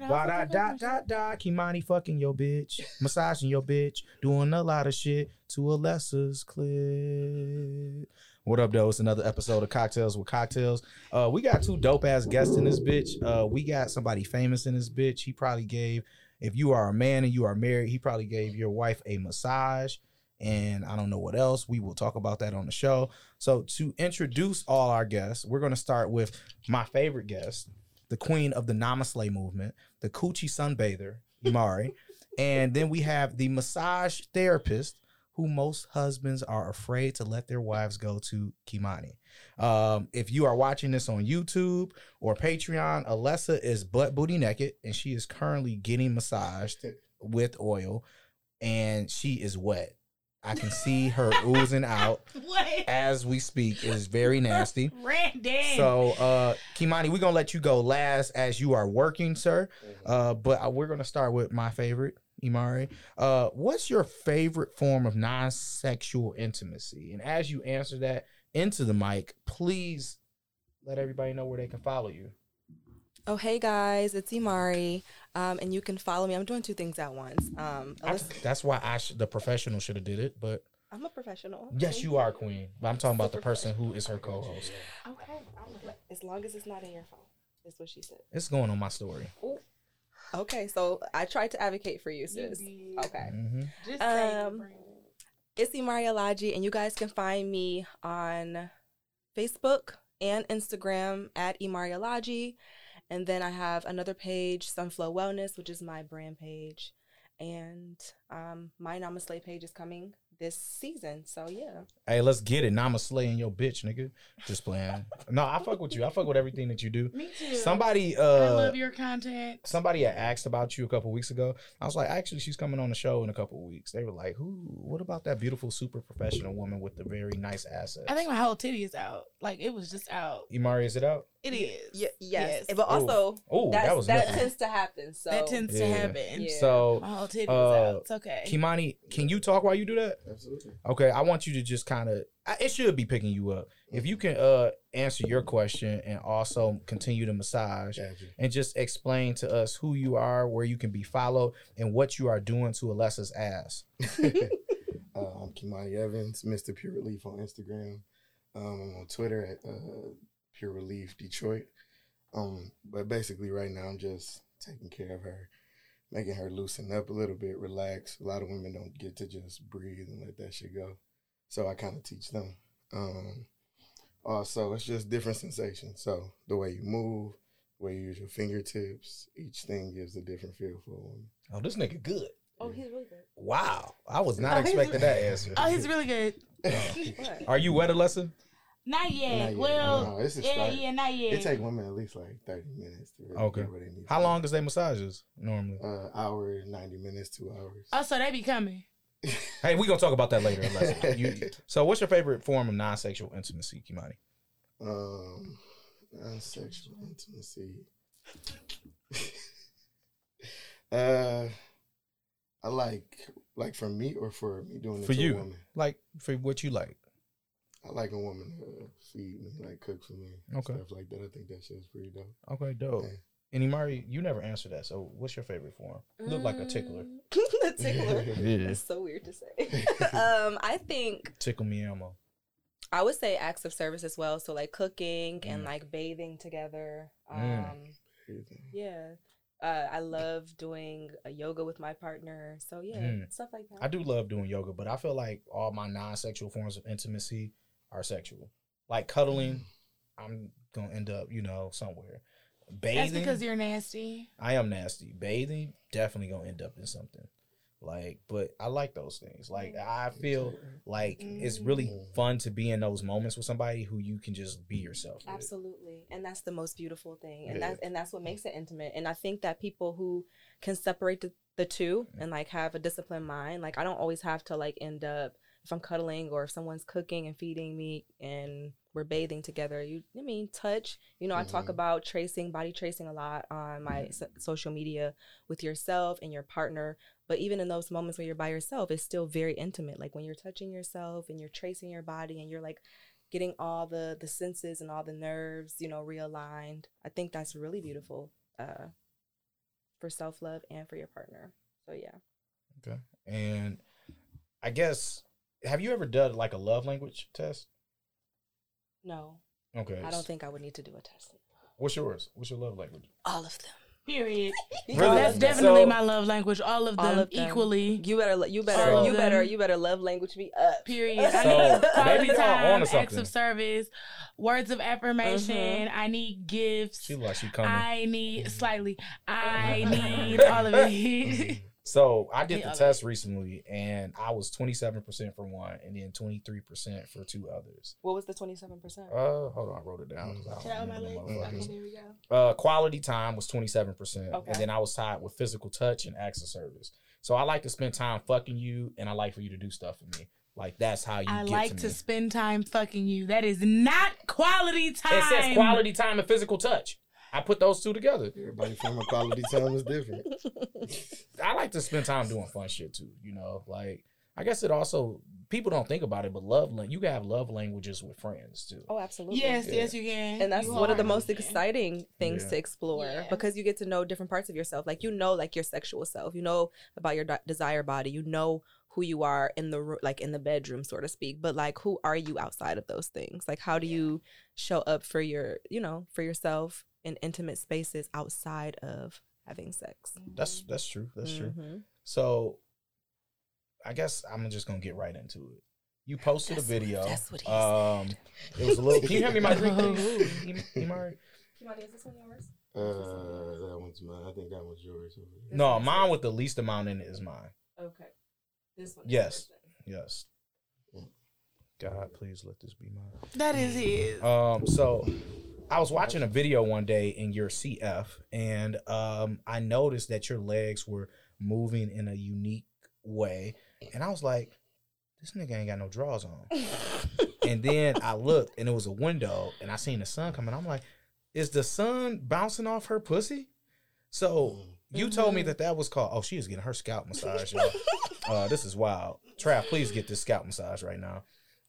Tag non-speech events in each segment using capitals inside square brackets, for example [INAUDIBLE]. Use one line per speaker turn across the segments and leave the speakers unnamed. And I
Da
was
da
like,
da da da. Kimani fucking your bitch, massaging your bitch, doing a lot of shit to a lesser's clip. What up, though? It's another episode of Cocktails with Cocktails. Uh, we got two dope ass guests in this bitch. Uh, we got somebody famous in this bitch. He probably gave, if you are a man and you are married, he probably gave your wife a massage. And I don't know what else. We will talk about that on the show. So to introduce all our guests, we're gonna start with my favorite guest, the queen of the Namaste movement, the coochie sunbather, Mari. and then we have the massage therapist who most husbands are afraid to let their wives go to Kimani. Um, if you are watching this on YouTube or Patreon, Alessa is butt booty naked and she is currently getting massaged with oil and she is wet. I can see her oozing out
[LAUGHS] What?
as we speak. It is very nasty.
Randy.
So, uh, Kimani, we're gonna let you go last as you are working, sir. Uh, but uh, we're gonna start with my favorite, Imari. Uh, what's your favorite form of non-sexual intimacy? And as you answer that into the mic, please let everybody know where they can follow you.
Oh, hey guys, it's Imari. Um, and you can follow me. I'm doing two things at once. Um,
I-
Alyssa,
that's why I sh- the professional should have did it, but
I'm a professional.
yes, you are queen. But I'm talking about the person who is her co-host.
Okay. I'm- As long as it's not in your phone, is what she said.
It's going on my story.
Okay, so I tried to advocate for you, sis. Okay.
hmm
Just
Um, It's Imari Alaji, and you guys can find me on Facebook and Instagram at Imari Alaji. And then I have another page, Sunflow Wellness, which is my brand page. And um, my Namaste page is coming this season. So, yeah.
Hey, let's get it. Now I'm a slaying your bitch, nigga. Just playing. no, I fuck with you. I fuck with everything that you do.
Me too.
Somebody
I
uh
love your contact.
somebody had asked about you a couple weeks ago. I was like, actually she's coming on the show in a couple weeks. They were like, Who what about that beautiful super professional woman with the very nice assets?
I think my whole titty is out. Like it was just out.
Imari, is it out?
It is.
Y- yes.
Yes.
But also,
Oh,
that's,
that was
that
[LAUGHS]
nothing.
tends to happen. So
that
[LAUGHS]
tends
Yeah.
to happen.
Yeah.
So
My whole titty is
Uh,
out. It's okay.
Kimani, can you talk while you do that?
Absolutely.
Okay, I want you to just kind of it should be picking you up. If you can uh answer your question and also continue to massage. and just explain to us who you are, where you can be followed, and what you are doing to Alessa's ass. [LAUGHS]
uh, I'm Kimani Evans, Mr. Pure Relief on Instagram. Um, I'm on Twitter at uh, Pure Relief Detroit. Um, but basically, right now, I'm just taking care of her, making her loosen up a little bit, relax. A lot of women don't get to just breathe and let that shit go. So I kind of teach them. Um, also, it's just different sensations. So the way you move, the way you use your fingertips, each thing gives a different feel for a woman.
Oh, this nigga good.
Oh, he's really [LAUGHS] good.
Wow. I was not
Oh, he's-
expecting that answer.
oh,
[LAUGHS]
he's really good.
What?
Are you wet, Alessa?
Not yet.
Not yet.
Well,
Uh-huh.
No, it's a
yeah,
start.
yeah, not yet.
It take women at least like thirty minutes to really
Okay.
get where they need.
How
to
long is they massages normally?
be. Uh, hour, ninety minutes, two hours.
oh, so they be coming.
Hey, we're gonna talk about that later,
[LAUGHS]
Alessa. You- so what's your favorite form of non-sexual intimacy, Kimani?
Um, non-sexual intimacy. [LAUGHS] uh, I like like for me or for me doing it
For
to
you.
a woman.
Like for what you like.
I like a woman to feed me, like cook for me,
Okay.
stuff like that. I think that shit is pretty dope.
Okay, dope. Hmm. And Imari, you never answered that. So what's your favorite form? You look like a tickler.
Um, [LAUGHS]
[LAUGHS]
a tickler.
Yeah.
That's so weird to say. [LAUGHS] um, I think
Tickle me Elmo.
I would say acts of service as well. So like cooking and
Mm.
like bathing together. Um,
Mm.
[LAUGHS] Everything.
yeah. Uh, I love doing a yoga with my partner. So yeah,
Mm.
stuff like that.
I do love doing yoga, but I feel like all my non-sexual forms of intimacy are sexual. Like cuddling, I'm gonna end up, you know, somewhere.
Hmm. That's
Bathing,
because you're nasty.
I am nasty. Bathing, definitely gonna end up in something. Like, but I like those things. Like, I feel
[LAUGHS]
like it's really
Mm.
fun to be in those moments with somebody who you can just be yourself. with.
Absolutely. And that's the most beautiful thing. And
Yeah.
that's and that's what makes it intimate. And I think that people who can separate the, the two and like have a disciplined mind, like I don't always have to like end up if I'm cuddling or if someone's cooking and feeding me and we're bathing together. You I mean touch. You know, I talk
Mhm.
about tracing, body tracing a lot on my so- social media with yourself and your partner. But even in those moments where you're by yourself, it's still very intimate. Like when you're touching yourself and you're tracing your body and you're like getting all the the senses and all the nerves, you know, realigned. I think that's really beautiful. Uh, for self love and for your partner. So yeah.
And I guess have you ever done like a love language test?
No,
Okay.
I don't think I would need to do a test.
What's yours? What's your love language?
All of them.
Period.
Really?
That's
So-
definitely my love language. All of them,
All of them.
equally.
You better, you better,
So-
you better, you better love language me up.
Period. I
So,
need quality
maybe y'all
time,
onto
acts
something.
of service, words of affirmation. I need gifts.
She looks like she coming.
I need slightly. I
Mhm.
need all of [LAUGHS]
[LAUGHS]
it.
so I did
Yeah,
the
okay.
test recently, and I was twenty seven percent for one, and then twenty three percent for two others.
What was the twenty seven percent?
Uh, hold on, I wrote it down. 'cause I don't
Should I open my
remember the
legs?
motherfuckers.
Okay, there we go.
Uh, quality time was 27%.
Okay.
And then I was tied with physical touch and acts of service. So I like to spend time fucking you and I like for you to do stuff for me. Like that's how you
I
get
like to
me.
spend time fucking you. That is not quality time.
It says quality time and physical touch. I put those two together.
Everybody from a quality time is different.
I like to spend time doing fun shit too, you know? Like I guess it also people don't think about it, but love lang- you can have love languages with friends too.
[LAUGHS] oh, absolutely.
Yes,
Yeah.
yes, you can.
And that's
You
one of the
are.
most
You can.
exciting things
Yeah.
to explore
Yeah.
because you get to know different parts of yourself. Like you know, like your sexual self. You know about your de- desire body. You know who you are in the ro- like in the bedroom, so to speak. But like, who are you outside of those things? Like, how do you show up for your, you know, for yourself in intimate spaces outside of having sex?
That's that's true. That's
Mm-hmm.
true.
Mhm.
So I guess I'm just gonna get right into it. You posted
That's
a
what-
video.
that's what he
um it was a little [LAUGHS] can you hand me my drink please? You- you mind?
Uh, that one's mine. I think that one's yours. over there.
No, mine with the least amount in it is mine.
Okay. This one.
is Yes. Yes. God, please let this be mine.
That is his.
Um, so I was watching a video one day in your CF, and um, I noticed that your legs were moving in a unique way, and I was like, "This nigga ain't got no drawers on."
[LAUGHS]
and then I looked, and it was a window, and I seen the sun coming. I'm like, "Is the sun bouncing off her pussy?"
Oh,
So
Mm.
you told me
Mm-hmm.
Mhm.
that that was called. Oh, she was getting her scalp massage. y'all. [LAUGHS] uh, this is wild. Trav, please get this scalp massage right now.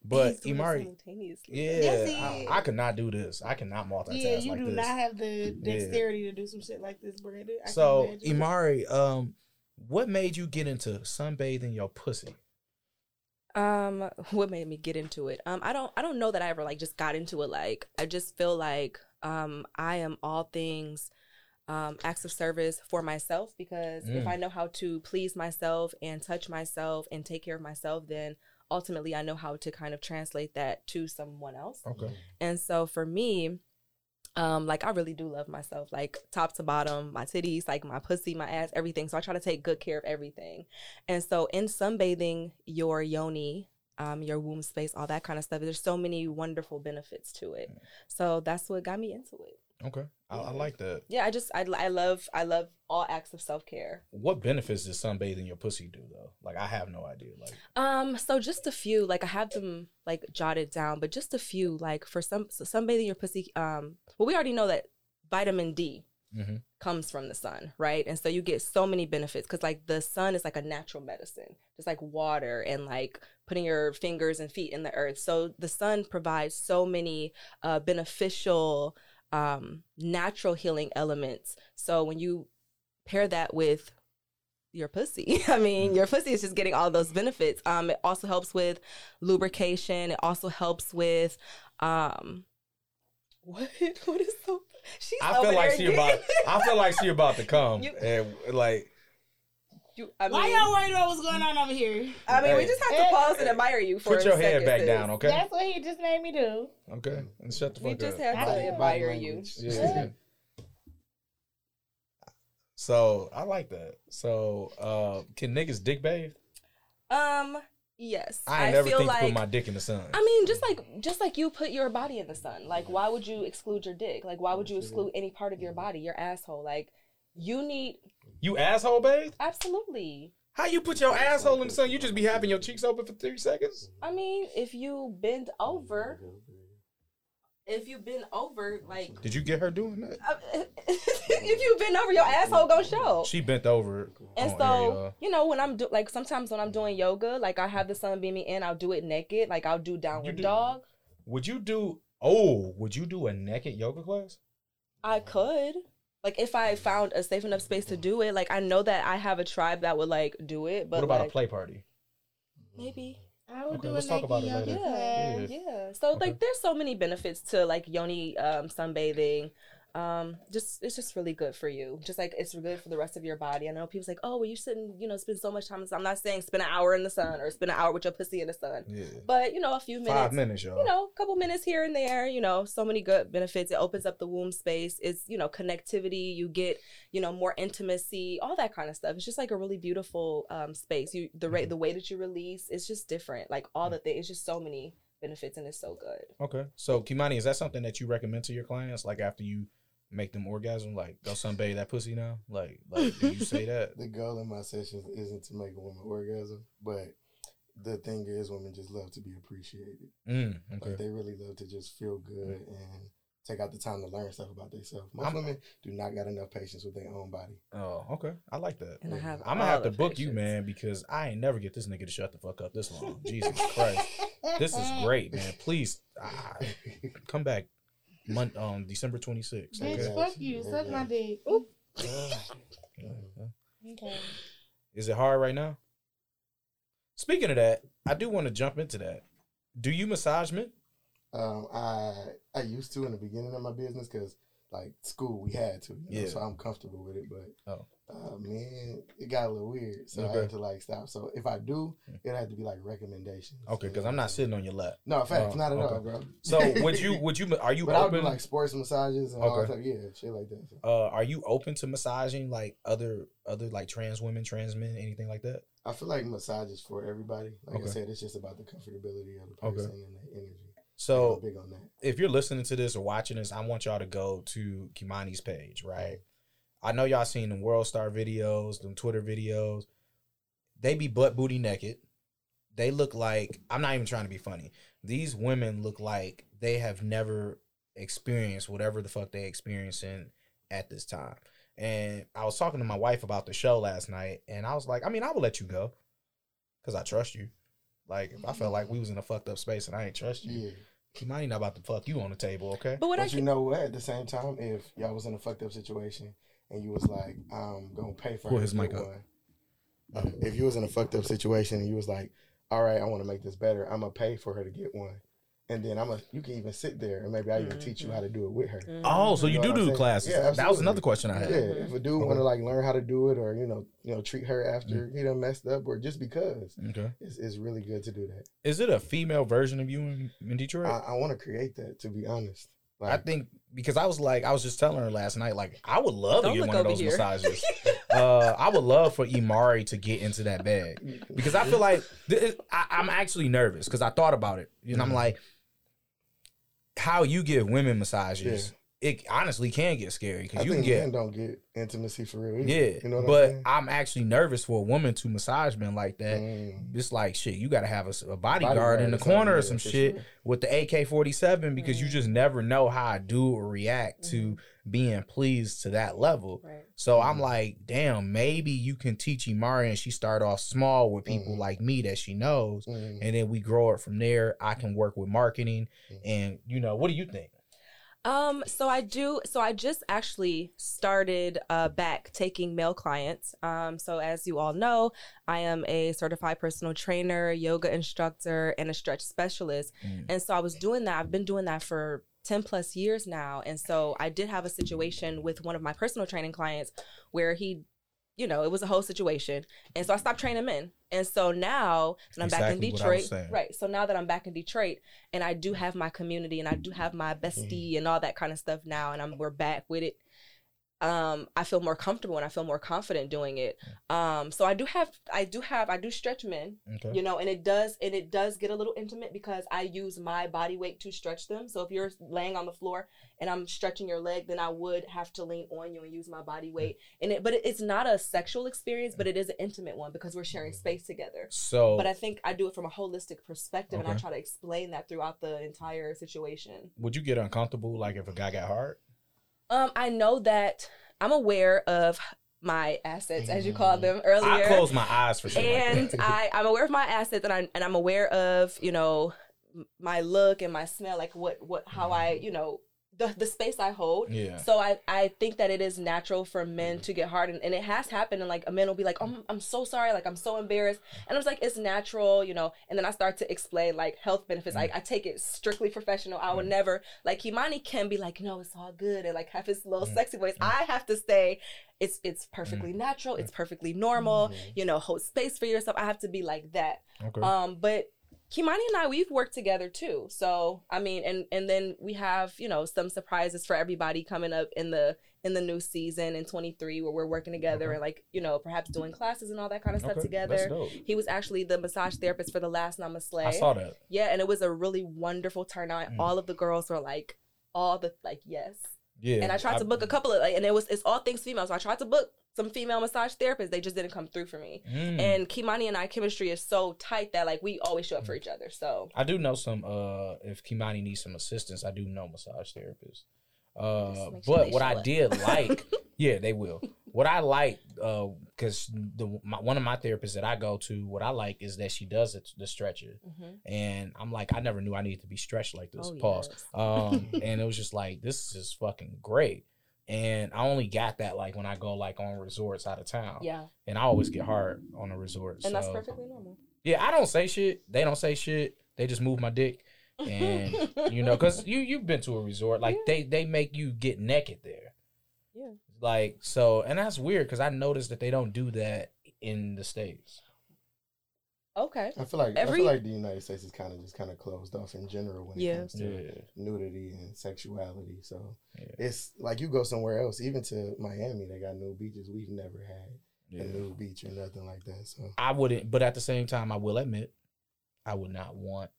But Imari,
simultaneously.
yeah,
Yes, he
I,
is.
I could not do this. I cannot multitask
Yeah, you
like
do
this.
not have the
Yeah.
dexterity to do some shit like this, Brandon. I can
so,
imagine.
Imari, um, what made you get into sunbathing your pussy?
Um, [LAUGHS] what made me get into it? Um, I don't I don't know that I ever like just got into it. Like I just feel like um I am all things um acts of service for myself because if
Mm.
I know how to please myself and touch myself and take care of myself, then ultimately I know how to kind of translate that to someone else.
Okay.
And so for me, um, like I really do love myself, like top to bottom, my titties, like my pussy, my ass, everything. So I try to take good care of everything. And so in sunbathing, your yoni, um, your womb space, all that kind of stuff, there's so many wonderful benefits to it. So that's what got me into it.
Okay, I, I like that.
Yeah, I just I, I love I love all acts of self care.
What benefits does sunbathing your pussy do though? Like, I have no idea. Like,
Um, so just a few, like I have them like jotted down, but just a few, like for some so sunbathing your pussy, um, well we already know that vitamin D
Mhm.
comes from the sun, right? And so you get so many benefits because like the sun is like a natural medicine, just like water and like putting your fingers and feet in the earth. So the sun provides so many uh, beneficial um, natural healing elements. So when you pair that with your pussy. [LAUGHS] I
Mm-hmm.
mean, your pussy is just getting all those benefits. Um, it also helps with lubrication. It also helps with, um, [LAUGHS] what? What is so? She's
I feel
over
like
there
she
again.
about. I feel like she about to come,
[LAUGHS] You-
and like,
You, I mean,
Why y'all worried about what's going on over here?
I mean, we just have to pause and admire you for
put
a
your head
second,
back
sis.
down, okay?
That's what he just made me do.
Okay, and shut the fuck
We
up.
just have
Body-
to
body
admire you.
Yeah. so I like that. So, uh, can niggas dick bathe?
Um, yes,
I, ain't never think to put my dick in the sun.
I mean, just like just like you put your body in the sun. Like, why would you exclude your dick? Like, why would you exclude any part of your body, your asshole? Like, you need
you asshole bathe?
absolutely.
How you put your asshole in the sun? You just be having your cheeks open for three seconds?
I mean, if you bend over, if you bend over, like [LAUGHS]
Did you get her doing that?
uh, if you bend over, your asshole gonna show.
Oh. She bent over.
And
on
so,
Ariel.
you know, when I'm do- like sometimes when I'm doing yoga, like I have the sun beaming in, I'll do it naked, like I'll do downward
do-
dog.
would you do? Oh, would you do a naked yoga class?
I could. Like if I found a safe enough space to do it, like I know that I have a tribe that would like do it, but
what about
like,
a play party?
[LAUGHS] maybe.
I would
Okay,
do
let's
a
talk
Nike
about it
yoga
later.
class.
Yeah, yeah.
Yeah.
So
Okay.
like, there's so many benefits to like yoni um, sunbathing. Um, just it's just really good for you. Just like it's good for the rest of your body. I know people's like, oh, well, you shouldn't, you know, spend so much time. in the sun." I'm not saying spend an hour in the sun or spend an hour with your pussy in the sun,
Yeah.
but you know, a few minutes.
Five minutes, y'all.
You know, a couple minutes here and there, you know, so many good benefits. It opens up the womb space. It's, you know, connectivity. You get, you know, more intimacy, all that kind of stuff. It's just like a really beautiful um, space. You the
Mm-hmm.
rate, the way that you release, it's just different. Like all the
Mm.
things, it's just so many benefits and it's so good.
Okay. So Kimani, is that something that you recommend to your clients? Like after you make them orgasm, like go sunbathe that pussy now? Like like do you say
[LAUGHS]
that?
The goal in my sessions isn't to make a woman orgasm, but the thing is, women just love to be appreciated.
Mm,
Like
okay.
they really love to just feel good and take out the time to learn stuff about themselves. Most
I'm-
women do not got enough patience with their own body.
Oh, okay. I like that.
And I have
I'm gonna have to
all the
book you,
patience.
man, because I ain't never get this nigga to shut the fuck up this long. Jesus Christ. This
[LAUGHS]
[LAUGHS]
is great, man. Please
[LAUGHS]
ah, come back month um December 26th.
Bitch,
Okay?
Yeah.
fuck you. Suck my dick. Oop. Okay.
Is it hard right now? Speaking of that, I do want to jump into that. Do you massage men?
um, I I used to in the beginning of my business because like school we had to, you know,
Yeah.
so I'm comfortable with it. But
Oh.
uh, man, it got a little weird, so I
Okay. Hmm.
had to like stop. So if I do, it had to be like recommendations.
Okay, because I'm not sitting on your lap.
No, in fact,
Oh,
not at
okay.
all, bro. [LAUGHS]
So would you would you are you
but I'll do
open
like sports massages and all that
Okay.
stuff. Yeah, shit like that.
uh are you open to massaging like other other like trans women, trans men, anything like that?
I feel like massage is for everybody. Like
Okay.
I said, it's just about the comfortability of the
Okay.
person and the energy.
So
I'm big on that.
if you're listening to this or watching this, I want y'all to go to Kimani's page, right? I know y'all seen them World Star videos, them Twitter videos. They be butt booty naked. They look like I'm not even trying to be funny. These women look like they have never experienced whatever the fuck they experiencing at this time. And I was talking to my wife about the show last night, and I was like, I mean, I will let you go, cause I trust you. Like if I felt like we was in a fucked up space and I ain't trust you,
Yeah.
Kimani not about to fuck you on the table, okay?
But what I
But you know what? At the same time, if y'all was in a fucked up situation and you was like, I'm gonna pay for
Pull
her
his
to get
mic up.
one. Um, if you was in a fucked up situation and you was like, All right, I wanna make this better, I'm gonna pay for her to get one. And then I'm a you can even sit there and maybe I even teach
Mm-hmm.
you how to do it with her.
Oh, so
You
you
know
do
what I'm
do
saying?
classes.
Yeah,
that was
absolutely.
another question I had.
Mm-hmm.
Yeah, if a dude
Okay. Mm-hmm.
wanna like learn how to do it or you know, you know, treat her after he done messed up or just because
Okay.
it's, it's really good to do that.
Is it a female version of you in, in Detroit?
I, I want to create that, to be honest.
I
Like,
think because I was like, I was just telling her last night, like, I would love
Don't
to get
look
one of
over
those [LAUGHS]
here.
massages. uh, I would love for Imari to get into that bag because I feel like th- I, I'm actually nervous because I thought about it and I'm
Mhm.
like, how you give women massages, it honestly can get scary
I
because you can
think
get
men don't get intimacy for real. either.
Yeah,
you know what
but
I'm
I'm, actually nervous for a woman to massage men like that.
saying? Mm.
It's like shit. You got to have a, s- a bodyguard,
Bodyguard
in the
or something,
corner
yeah,
or some
for
shit
sure.
with the AK-47 because you
Mhm.
just never know how I do or
Mm-hmm.
react to being pleased to that level. So I'm
Mhm.
like, damn, maybe you can teach Imari and she start off small with people
Mhm.
like me that she knows,
Mm.
and then we grow it from there. I can work with marketing,
Mhm.
and you know, what do you think?
Um, so I do. So I just actually started uh, back taking male clients. Um, so as you all know, I am a certified personal trainer, yoga instructor, and a stretch specialist.
Mm.
And so I was doing that. I've been doing that for. 10 plus years now. And so I did have a situation with one of my personal training clients where he, you know, it was a whole situation. And so I stopped training men. And so now that I'm back
Exactly
in
what I was
Detroit,
saying.
right. So now that I'm back in Detroit, and I do have my community and I do have my bestie and all that kind of stuff now and I'm we're back with it. Um, I feel more comfortable and I feel more confident doing it. Um, so I do have I do have I do stretch men,
Okay.
you know, and it does and it does get a little intimate because I use my body weight to stretch them. So if you're laying on the floor and I'm stretching your leg, then I would have to lean on you and use my body weight. And it but it, it's not a sexual experience, but it is an intimate one because we're sharing space together
So
but I think I do it from a holistic perspective, and I
Oh. Okay.
try to explain that throughout the entire situation.
would you get uncomfortable like if a guy got hard?
Um, I know that I'm aware of my assets, as you called them
Mm. I
earlier,
close my eyes for sure. [LAUGHS]
and I I'm aware of my assets, and I and I'm aware of you know m- my look and my smell, like what what how I you know the, the space I hold.
Yeah.
So I, I think that it is natural for men to get hard and, and it has happened and like a man will be like, oh, I'm so sorry, like I'm so embarrassed. And I'm just like, it's natural, you know. And then I start to explain like health benefits. Like I take it strictly professional. I would never like Kimani can be like, no, it's all good and like have his little
Mm.
sexy voice. I have to say it's it's perfectly natural, it's perfectly normal,
Mhm.
you know, hold space for yourself. I have to be like that.
Okay.
Um, but Kimani and I, we've worked together too. So I mean, and and then we have you know some surprises for everybody coming up in the in the new season in 23 where we're working together
Okay.
and like you know perhaps doing classes and all that kind of stuff
Mm-hmm. Okay,
together.
That's dope.
He was actually the massage therapist for the last Namaste.
I saw that.
Yeah, and it was a really wonderful turnout.
Mm.
All of the girls were like, all the like yes.
Yeah.
and I tried to book a couple of like, and it was it's all things female. So I tried to book some female massage therapists. They just didn't come through for me
Mm.
and Kimani and I chemistry is so tight that like we always show up for each other. So
I do know some. Uh, if Kimani needs some assistance, I do know massage therapists. Uh,
Just make sure
but
they
what
show
I
up.
did
[LAUGHS]
like, yeah, they will. What I like, uh, because the my, one of my therapists that I go to, what I like is that she does it, the stretcher, and I'm like, I never knew I needed to be stretched like
Oh,
this. Pause. Um,
[LAUGHS]
and it was just like, this is fucking great. And I only got that like when I go like on resorts out of town,
Yeah,
and I always get hard on a resort.
and that's
Uh, so-
perfectly normal.
Yeah, I don't say shit. They don't say shit. They just move my dick.
[LAUGHS]
And you know, cause you you've been to a resort, like
Yeah.
they they make you get naked there.
Yeah.
Like so, and that's weird because I noticed that they don't do that in the states.
okay.
I feel like I
Every-
feel like the United States is kind of just kind of closed off in general when
Yeah.
it comes to nudity and sexuality. So it's like you go somewhere else, even to Miami, they got nude beaches. We've never had
yeah.
a nude beach or nothing like that. So
I wouldn't, but at the same time, I will admit, I would not want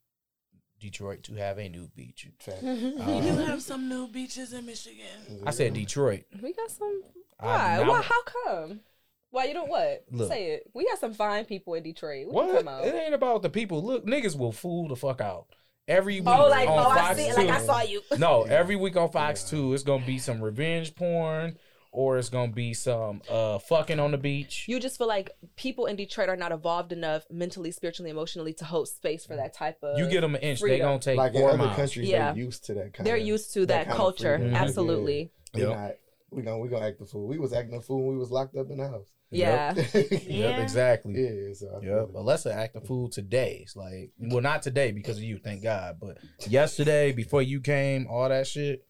Detroit to have a nude beach.
[LAUGHS]
fact, Um,
We do
Uh,
have some new beaches in Michigan.
I said Detroit.
we got some.
I
Why?
do not-
Why? How come? Why you don't what?
Look.
Say it. We got some fine people in Detroit. What? you
What?
talking about?
It ain't about the people. Look, niggas will fool the fuck out every week
Oh, like
on
oh, I
Fox
see.
it,
Like I
two.
saw you.
No,
Yeah.
every week on Fox
Yeah.
Two, it's gonna be some revenge porn, or it's gonna be some uh fucking on the beach.
You just feel like people in Detroit are not evolved enough mentally, spiritually, emotionally to host space for that type of.
You get them an inch, they
freedom.
gonna take
[LAUGHS] like in
four
other
miles.
countries,
Yeah.
they're used to that kind.
They're
of,
used to that,
kind of
culture.
freedom.
Mhm.
Absolutely.
We're
Yep.
not. We gonna we gonna act the fool. We was acting the fool when we was locked up in the house.
Yeah.
[LAUGHS] yeah.
Yeah.
exactly.
So I
Yeah,
feel it.
Alessa acted fool today. It's like, well, not today because of you, thank God. But yesterday, before you came, all that shit.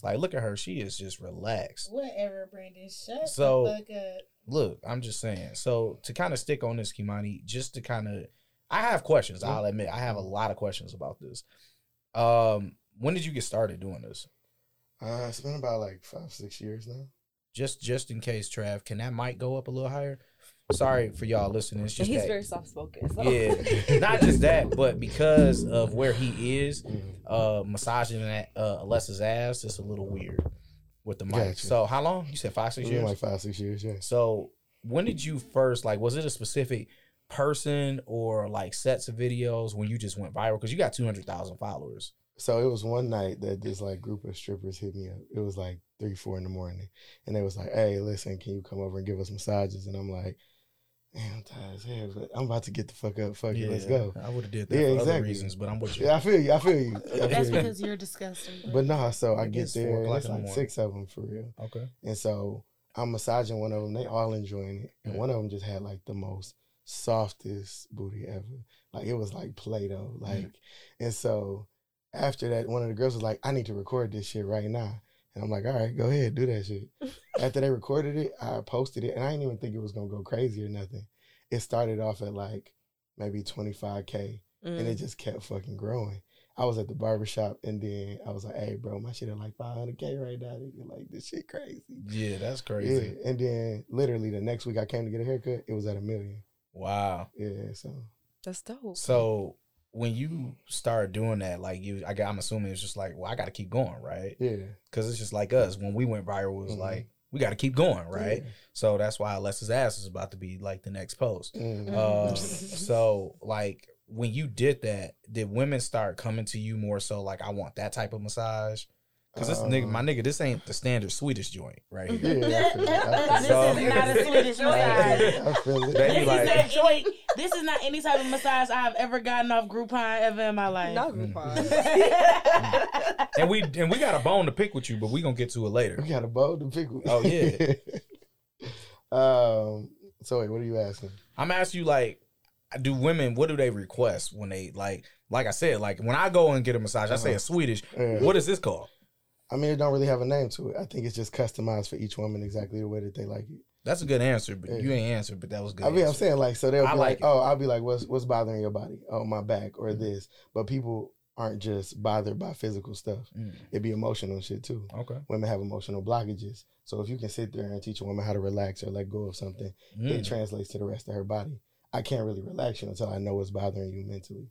Like, look at her. She is just relaxed.
Whatever, Brandon. Shut
So-
the fuck up.
look, I'm just saying. So to kind of stick on this, Kimani, just to kind of, I have questions.
Mm-hmm.
I'll admit, I have a lot of questions about this. Um, when did you get started doing this?
Uh, it's been about like five six years now.
Just, just in case, Trav, can that mic go up a little higher? Sorry for y'all listening. It's
And
just
he's
that- [LAUGHS]
very soft spoken. So.
yeah, not just that, but because of where he is,
Mhm.
uh, massaging that uh, Alessa's ass, it's a little weird with the mic.
Gotcha.
So how long? You said five, six
It's
years.
been like five six years. Yeah.
So when did you first like was it a specific person or like sets of videos when you just went viral? Because you got two hundred thousand followers.
So it was one night that this like group of strippers hit me up. It was like three, four in the morning, and they was like, "Hey, listen, can you come over and give us massages?" And I'm like, "Damn, I'm tired as hell, but I'm about to get the fuck up. Fuck it, let's go."
I would have did that
Yeah,
for other
exactly.
reasons, but I'm with you.
Yeah, I feel you. I feel you. I
That's
feel you.
because you're disgusting.
But nah, so I
It
get
is four
there, and
o'clock
it's
in the
like
morning.
six of them for real.
Okay.
And so I'm massaging one of them. They all enjoying it, and
Yeah.
one of them just had like the most softest booty ever. Like it was like Play-Doh. Like, and so after that, one of the girls was like, "I need to record this shit right now." And I'm like, "All right, go ahead, do that shit." after they recorded it, I posted it, and I didn't even think it was gonna go crazy or nothing. It started off at like maybe 25k
Mm.
and it just kept fucking growing. I was at the barber shop and then I was like, hey, bro, my shit at like 500K right now. Nigga. Like, this shit crazy.
Yeah, that's crazy.
Yeah. And then literally the next week I came to get a haircut, it was at a million.
Wow.
Yeah. So,
That's dope.
So when you start doing that, like you, I got, I'm assuming it's just like, well, I got to keep going, right?
yeah.
Because it's just like us when we went viral, it was
Mhm.
like we got to keep going, right? So that's why Alessa's ass is about to be like the next post.
Yeah. Mm.
Uh, so like when you did that, did women start coming to you more so like I want that type of massage? Cause this nigga,
[LAUGHS]
my nigga, this ain't the standard Swedish joint right here.
Yeah, uh, I feel
This
it. I feel
is
it.
not
a Swedish
I
[LAUGHS]
feel it. I feel it.
Baby,
This
like-
is that joint. This is not any type of massage I've ever gotten off Groupon ever in my life. [LAUGHS]
Not
Mm.
[LAUGHS]
Groupon.
And we and we got a bone to pick with you, but we gonna get to it later.
We got a bowl to pick with.
Oh, yeah.
[LAUGHS] um. So wait, what are you asking?
I'm asking you like, do women what do they request when they like? Like I said, like when I go and get a massage, I say a Swedish.
Uh,
What is this called?
I mean, it don't really have a name to it. I think it's just customized for each woman exactly the way that they like it.
That's a good answer, but you ain't answered. But that was good.
I mean, I'm
answer.
saying like, so they'll
I like
be like,
it. Mm-hmm.
oh, I'll be like, what's what's bothering your body? Oh, my back or this. But people aren't just bothered by physical stuff.
Mm,
It'd be emotional shit too.
okay.
Women have emotional blockages. So if you can sit there and teach a woman how to relax or let go of something, it
Mm,
translates to the rest of her body. I can't really relax you until I know what's bothering you mentally.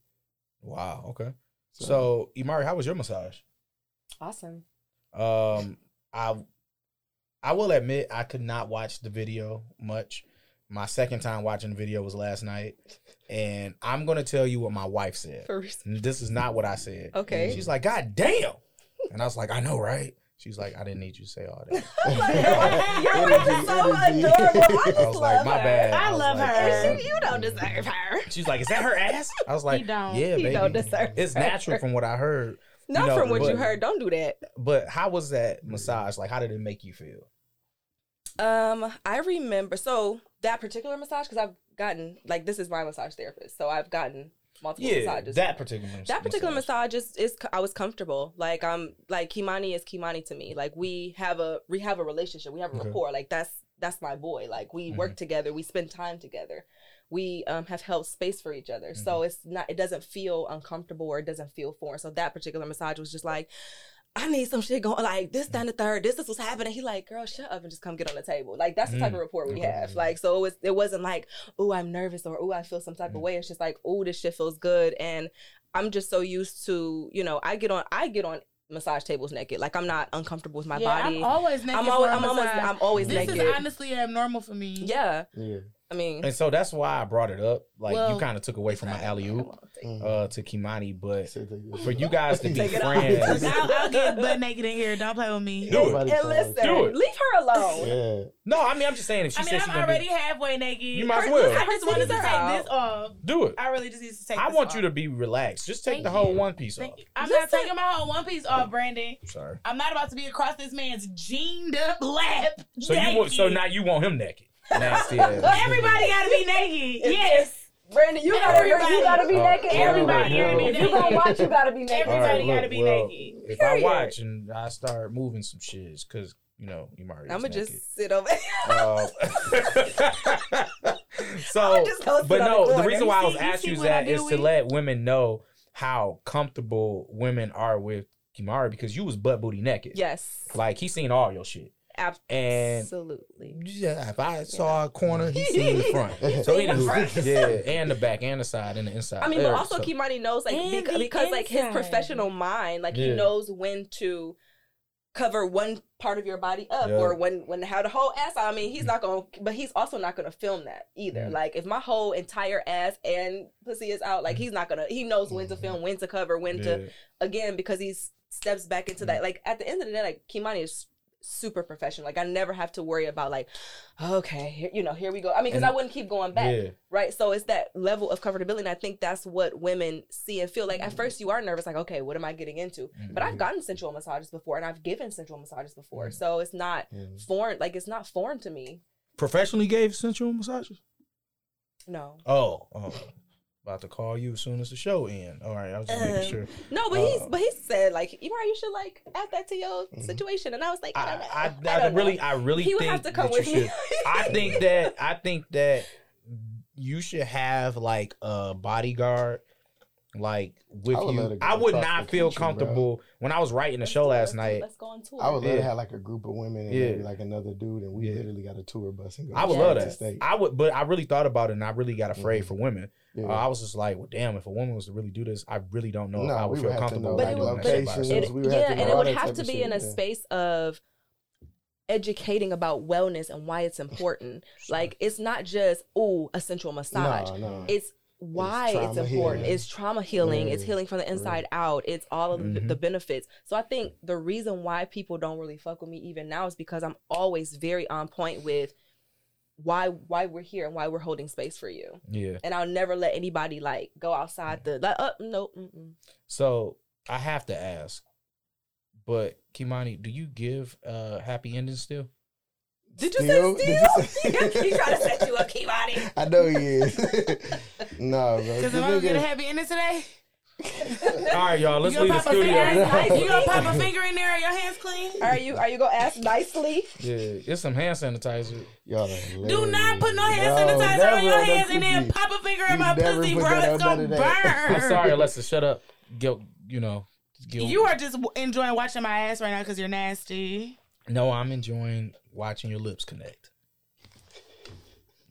Wow. Okay. So, Imari, how was your massage?
awesome.
Um, I I will admit I could not watch the video much. My second time watching the video was last night, and I'm gonna tell you what my wife said.
[LAUGHS]
First.
And This is not what I said.
Okay.
She's like, God damn, and I was like, I know, right? She's like, I didn't need you to say all
[LAUGHS]
that.
[LAUGHS]
I'm like, your wife is so
Energy, energy.
adorable. I just
I was like,
love
my
her.
bad.
I
was
love
like,
her.
um,
And she, you don't deserve her.
She's like, is that her ass? I was like,
don't.
yeah,
He
baby.
don't deserve
It's
her.
natural from what I heard.
Not
know,
from what
but-
you heard. Don't do that.
But how was that massage? Like, how did it make you feel?
Um, I remember so that particular massage because I've gotten like this is my massage therapist, so I've gotten multiple massages.
that particular mas-
That particular massage is, is I was comfortable. Like I'm like Kimani is Kimani to me. Like we have a we have a relationship. We have a
Okay. Mm-hmm.
rapport. Like that's that's my boy. Like we work together. We spend time together. We um, have held space for each other.
Mm-hmm.
So it's not it doesn't feel uncomfortable or it doesn't feel foreign. So that particular massage was just like. I need some shit going like this, down the third. This is what's happening. He like, girl, shut up and just come get on the table. Like that's the type
Mm.
of rapport we
Okay.
have. Like so, it was it wasn't like, oh, I'm nervous or oh, I feel some type
Mm.
of way. It's just like, oh, this shit feels good. And I'm just so used to, you know, I get on I get on massage tables naked. Like I'm not uncomfortable with my
yeah,
body.
I'm always naked.
I'm always
for a
I'm almost
massage.
I'm always
this
naked.
is honestly abnormal for me.
yeah.
[LAUGHS] Yeah.
I mean
And so that's why I brought it up. Like you
Well-
kind of took away from my alley oop
Mhm.
uh, to Kimani, but
Said that-
for you guys
[LAUGHS]
to be
Mm-hmm. Take it off.
friends,
[LAUGHS]
I'll, I'll get butt naked in here. Don't play with me.
Do it.
Nobody
and
tries.
listen,
Do it.
leave her alone.
Yeah.
no, I mean I'm just saying if she
I mean,
says she's
I'm
gonna be-
already halfway naked.
you might as
Her-
well
I just wanted to take this off.
do it.
I really just need to take.
I
this
want
off.
you to be relaxed. Just take
Thank
the whole
you.
one piece off.
Thank you. I'm not
Listen.
taking my whole one piece off, Brandon.
Sorry.
I'm not about to be across this man's jeaned up [LAUGHS] lap.
So you want, so
naked.
now you want
[LAUGHS]
him naked. Nasty ass.
Well, everybody got to be naked.
It's-
yes.
Brandon, you gotta
Everybody.
you gotta be
Oh,
naked.
well,
Everybody
well,
gotta be
well.
If you gonna watch, you gotta be naked.
Everybody
All right,
gotta
look,
be
well,
naked.
If I
Period.
watch and I start moving some shits, cause you know you might.
I'ma just sit [LAUGHS] over
Um, [LAUGHS] so,
I'ma just go sit
but
on the
no, the,
corner.
reason
You
why I
see-
was
you see
asking you
what I
that
do
is to
with-
let women know how comfortable women are with Kimari because you was butt booty naked.
Yes.
Like he seen all your shit. And
Absolutely.
yeah, if I saw a corner, he seen the front. So anywho, [LAUGHS] yeah, and the back and the side and the inside.
I mean, but
Yeah,
also
so-
Kimani knows like
And
beca-
the
because like his
inside.
professional mind, like
Yeah.
he knows when to cover one part of your body up
Yeah.
or when when how the whole ass. I mean, he's not gonna, but he's also not gonna film that either.
Mm.
Like if my whole entire ass and pussy is out, like he's not gonna. He knows when to film, when to cover, when to
Mm-hmm. yeah. Mm.
again because he s- steps back into that. Like at the end of the day, like Kimani is super professional. Like I never have to worry about like, okay, here, you know, here we go. I mean, because
And-
I wouldn't keep going back
Yeah.
right? So it's that level of comfortability. And I think that's what women see and feel. Like
Mm-hmm.
at first you are nervous, like, okay, what am I getting into? But I've gotten sensual massages before and I've given sensual massages before.
Mhm.
So it's not
Mhm.
foreign, like it's not foreign to me.
professionally gave sensual massages.
No.
Oh, oh, [LAUGHS] about to call you as soon as the show end. All right, I was just making
Um,
sure.
No, but
Uh, Mm-hmm.
he's but he said like you you should like add that to your
Mhm.
situation. And I was like, I, don't know.
I, I,
I
I,
don't know.
really, I really
he would
think
have to come
that you
with me.
should.
[LAUGHS]
I think that I think that you should have like a bodyguard, like with
I would let
you.
it go
I would
across
not
the
feel
country, bro.
comfortable when I was writing the
Let's
show
do it,
last
let's do it,
night.
Let's go on tour.
I would love
Yeah.
to have like a group of women and
Yeah.
maybe like another dude, and we
Yeah.
literally got a tour bus and go.
I would
from
love
state to
that.
state.
I would, but I really thought about it, and I really got afraid
Mhm.
for women.
Yeah.
Uh, I was just like, well, damn, if a woman was to really do this, I really don't know if I would
we
feel
have to
comfortable.
know,
But
like,
it
doing
would-
that shit by
but
locations,
herself.
It-
we would have
yeah,
to
and
know
it
all
would
that
have
type
to
of
be
shit,
in a
yeah.
space of educating
[LAUGHS]
about
[LAUGHS]
wellness and why it's important. like it's not just oh a sensual massage.
No, no.
It's why it's,
trauma
important.
healing.
It's trauma healing. It's
Mm,
healing from the inside out. It's all of the-
Mhm.
Mm-hmm.
the benefits. So I think the reason why people don't really fuck with me even now is because I'm always very on point with why why we're here and why we're holding space for you.
Yeah.
And I'll never let anybody like go outside the like up no mm-mm.
So I have to ask, but Kimani, do you give uh happy endings
[LAUGHS]
still?
Did you say
Did
steal?
you say-
[LAUGHS] he trying
[LAUGHS]
to set you up, Kimani.
I know he is. [LAUGHS] nah, bro.
Because
This
if I was
nigga-
gonna have you in it today,
All right, y'all. Let's
you
leave
gonna
the
pop a finger.
studio. [LAUGHS]
Nice.
You gonna pop a finger in there? Are your hands clean?
Are you are you gonna ask nicely?
Yeah, it's some hand sanitizer.
Y'all
Do not put no hand sanitizer on your hands and then pop a finger in
You
my
never
pussy,
put
bro.
that
It's
up, none
gonna
of
burn.
that.
I'm sorry, Alexa. Shut up. Guilt. You know. Guilt.
You are just w- enjoying watching my ass right now because you're nasty.
No, I'm enjoying watching your lips connect.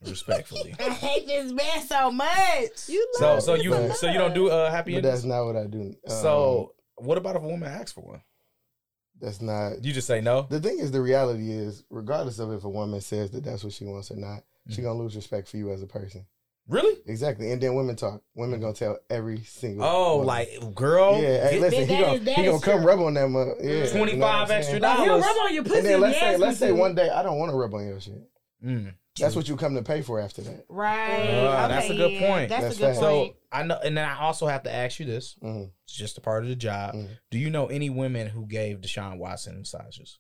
Respectfully.
[LAUGHS] I hate this man so much.
You
so,
love
so
it.
you, so you don't do uh happy
But
endings.
that's not what I do. Um,
So, what about if a woman asks for one?
that's not.
You just say no.
The thing is, the reality is, regardless of if a woman says that that's what she wants or not,
Mm-hmm.
she gonna lose respect for you as a person.
Really?
Exactly. And then women talk. Women gonna tell every single.
Mm-hmm. Oh,
woman.
like girl.
yeah. Hey,
get
listen,
that
he gonna,
is- that
he gonna
is
come
true.
rub on that. Mother, yeah, you know what I'm
25
saying?
extra
Like, he'll
dollars.
rub on your pussy.
And then let's
if
say
you
let's
ask him
say
to.
one day I don't want to rub on your shit.
Mm.
That's what you come to pay for after that.
Right.
Ah,
okay,
that's a good
yeah,
point.
Uh, That's,
That's
a good
fact.
point.
So I know, and then I also have to ask you this.
Mhm.
It's just a part of the job.
Mhm.
Do you know any women who gave Deshaun Watson massages?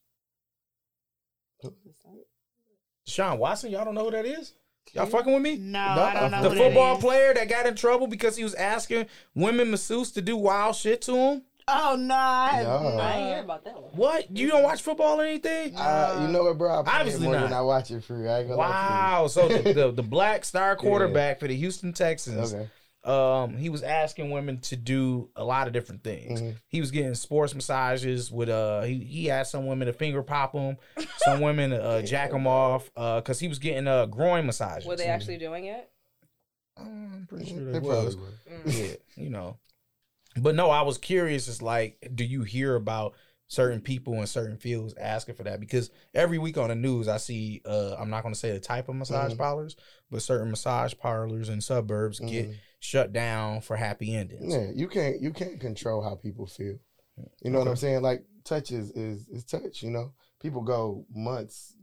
Deshaun Watson, y'all don't know who that is? Y'all fucking with me?
no,
The-
I don't know.
The
who that
football
is.
player that got in trouble because he was asking women masseuse to do wild shit to him.
Oh no, I have
No.
no.
I
I didn't hear about that one.
What? You don't watch football or anything?
Uh, you know what, bro? I play
Obviously
it more
not.
than I watch it for you. I ain't gonna lie
Wow. So the, the, the black
[LAUGHS]
star quarterback for the Houston
to you.
Texans,
Okay.
um, he was asking women to do a lot of different things.
Mhm.
He was getting sports massages with uh he, he asked some women to finger pop him,
[LAUGHS]
some women to uh, jack him off, uh, cause he was getting uh groin massages.
Were they actually doing it?
I'm pretty sure
Mm-hmm. They
they
probably
was.
would.
yeah, you know. But no, I was curious. It's like, do you hear about certain people in certain fields asking for that? Because every week on the news, I see. Uh, I'm not going to say the type of massage
Mhm.
parlors, but certain massage parlors in suburbs get
Mhm.
shut down for happy endings.
Yeah, you can't you can't control how people feel. You know what I'm saying? Like touch is is, is touch. You know, people go months.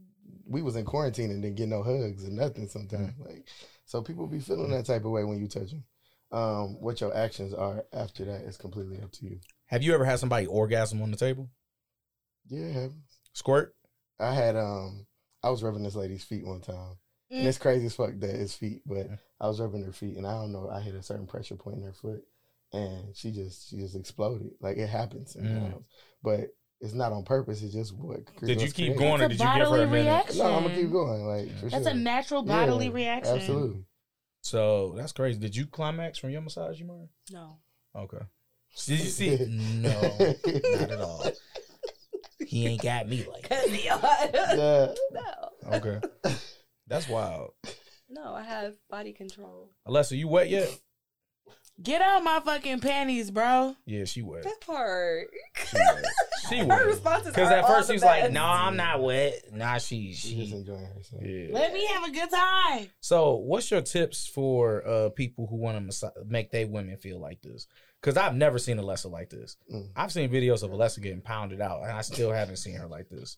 We was in quarantine and didn't get no hugs and nothing sometimes. Like, so people be feeling that type of way when you touch them. Um, what your actions are after that is completely up to you.
Have you ever had somebody orgasm on the table?
Yeah,
Squirt?
I had um, I was rubbing this lady's feet one time.
Mm.
And it's crazy as fuck that it's feet, but I was rubbing her feet, and I don't know. I hit a certain pressure point in her foot, and she just she just exploded. Like it happens, sometimes. but it's not on purpose. It's just what.
Did
was
you keep
created.
going or
It's
did
a
you give her
bodily
a minute?
reaction.
No, I'm gonna keep going. Like for
That's
sure.
a natural bodily
Yeah,
reaction.
Absolutely.
So that's crazy. Did you climax from your massage, you Murray?
No.
Okay. Did you see?
[LAUGHS]
no, not at all. He ain't got me like that. [LAUGHS]
Yeah.
no.
Okay. That's wild.
No, I have body control.
Alessa, you wet yet?
Get out my fucking panties, bro.
Yeah, she wet.
That part.
She wet.
[LAUGHS]
She
Her
wet.
responses
Because
are
at
all
first
the
she was like,
best.
"No, I'm not wet." Nah, she
She just
she.
enjoying herself.
Yeah.
Let me have a good time.
So, what's your tips for uh people who want to mas- make their women feel like this? Because I've never seen Alessa like this.
Mm.
I've seen videos of Alessa getting pounded out, and I still haven't seen her like this.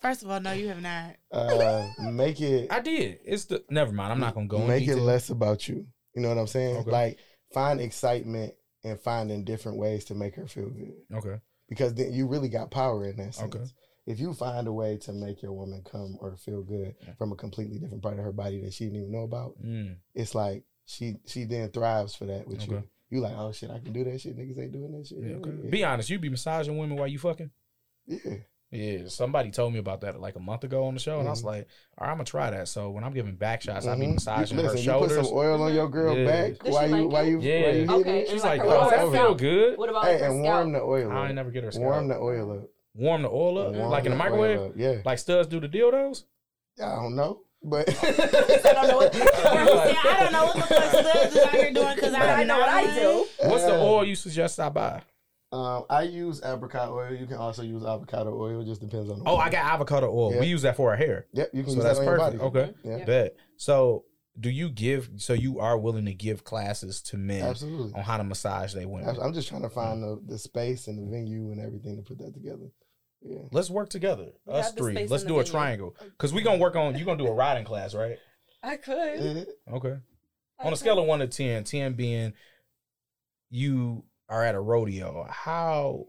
First of all, no, you have not.
Uh, make it
I did. It's the never mind. I'm not gonna go.
make
in
it
detail.
less about you. You know what I'm saying?
Okay.
Like find excitement and finding different ways to make her feel good.
Okay.
because then you really got power in that sense.
Okay.
If you find a way to make your woman come or feel good from a completely different part of her body that she didn't even know about,
Mm.
it's like she she then thrives for that with
Okay.
you. You like, oh shit, I can do that shit. Niggas ain't doing that shit.
Yeah, okay.
Yeah.
Be honest. You be massaging women while you fucking.
yeah.
Yeah, somebody told me about that like a month ago on the show, and I was like, "All right, I'm gonna try that." So when I'm giving back shots, I be
Mhm. Mm-hmm. You-
massaging her
listen, You
shoulders.
put some oil on your girl
Yeah.
back.
Does
Why
she
you,
like
why
it?
you?
Yeah,
Why you?
Okay,
hitting it?
and
She's
like
like,
her
"Oh,
lower
that feel
scalp.
good."
What about
Hey,
her
and
scalp?
warm the oil.
I
up.
ain't never get her scalp.
warm the oil up.
Warm the oil up,
Warm
like in the
oil
microwave,
up. Yeah.
like studs do the dildos.
I don't know, but
[LAUGHS]
I don't know what,
[LAUGHS]
yeah, I don't know what the fuck studs is out here doing because
but
I,
I know what I do.
[LAUGHS] What's the
Uh,
oil you suggest I buy?
Um, I use apricot oil. You can also use avocado oil. It just depends on. The
Oh, I
woman.
got avocado oil.
Yeah.
We use that for our hair,
Yep, you can
so
use
that's
that on
perfect.
your body.
Okay,
Yeah.
bet. So do you give? So you are willing to give classes to men
Absolutely.
on how to massage their women.
I'm I'm just trying to find the, the space and the venue and everything to put that together. Yeah.
Let's work together,
We
us
have the
three.
space
Let's
and the
do a
venue.
triangle because we gonna work on. You gonna do a riding class, right?
I could.
Eh,
[LAUGHS]
Okay. Mm-hmm. On a scale of one to 10, 10 being you are at a rodeo, how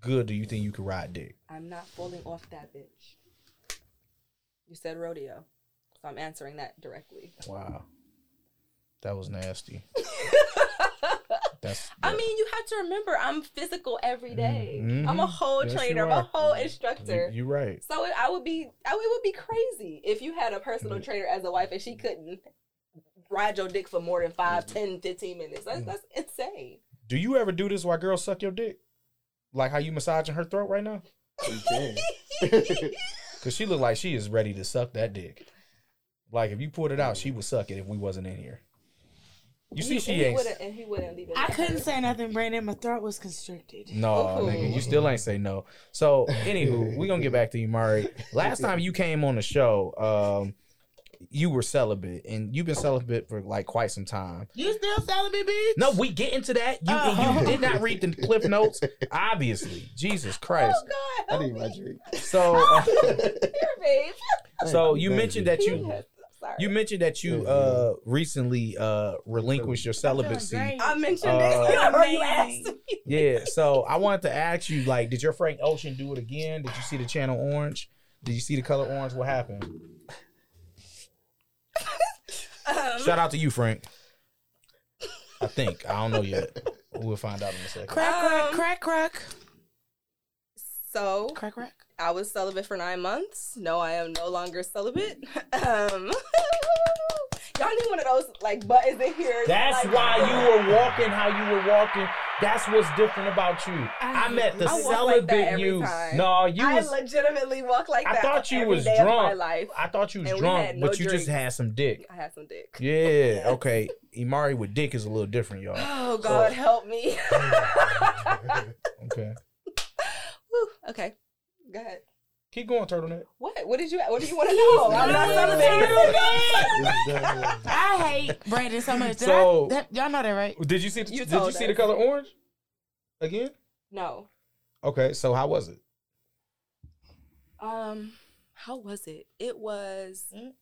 good do you think you could ride dick?
I'm not falling off that bitch. You said rodeo, so I'm answering that directly.
Wow. That was nasty. That's
[LAUGHS] I mean, you have to remember, I'm physical every day.
Mhm.
I'm a whole
Yes, you
trainer. I'm a
are.
whole
you,
instructor.
you're right.
So it, I would be, I, it would be crazy if you had a personal
Mm.
trainer as a wife and she couldn't ride your dick for more than five,
Mm-hmm.
ten, fifteen minutes. That's,
Mm.
that's insane.
Do you ever do this while girls suck your dick? Like how you massaging her throat right now?
you can.
[LAUGHS]
Cause she look like she is ready to suck that dick. Like if you pulled it out, she would suck it if we wasn't in here. You see,
He-
she
and he
ain't.
wouldn't- and he wouldn't leave it.
I
alone.
couldn't say nothing, Brandon. My throat was constricted.
No,
Ooh.
nigga, you still ain't say no. So, anywho, we gonna get back to you, Mari. Last time you came on the show, um, you were celibate, and you've been celibate for like quite some time.
You still celibate, bitch?
No, we get into that. You
Oh.
you did not read the cliff notes, obviously. Jesus Christ.
[LAUGHS] Oh God!
I
Help
need my
me
[LAUGHS]
drink.
So, uh,
here, babe.
so you mentioned that you
[LAUGHS] Yes, I'm sorry.
you mentioned that you uh recently uh relinquished your
I'm feeling
celibacy.
great.
I mentioned
Uh,
it. You already
Amazing.
asked me.
Yeah, so I wanted to ask you, like, did your Frank Ocean do it again? Did you see the channel orange? Did you see the color orange? What happened?
Um,
Shout out to you, Frank. I think I don't know yet. We'll find out in a second.
Crack,
Um,
crack, crack, crack,
so
crack, crack.
I was celibate for nine months. No, I am no longer celibate. [LAUGHS] Um, y'all need one of those like buttons in here.
That's
like-
why you were walking how you were walking. That's what's different about you. I, met the
I walk like
celibate
that every
you.
time.
No, you
I
was.
legitimately walk like
I
that.
thought you
every
was
day of my
drunk.
life.
I thought you was
and we
drunk,
had no
but you just
drinks.
had some dick.
I had some dick.
Yeah. Okay. Imari with dick is a little different, y'all.
[GASPS] Oh God, help me.
[LAUGHS]
[LAUGHS]
Okay.
Whew, okay, go ahead.
Keep going, turtleneck.
What? What did you? What do you
[LAUGHS]
want to know? I'm not celibate.
I hate Brandon so much. Did
So-
I, that, y'all know that,
[LAUGHS]
right?
Did you see? The,
You
did you
told
see the
us.
color orange again?
[LAUGHS] No.
Okay. So how was it?
Um, how was it? It was.
Mm.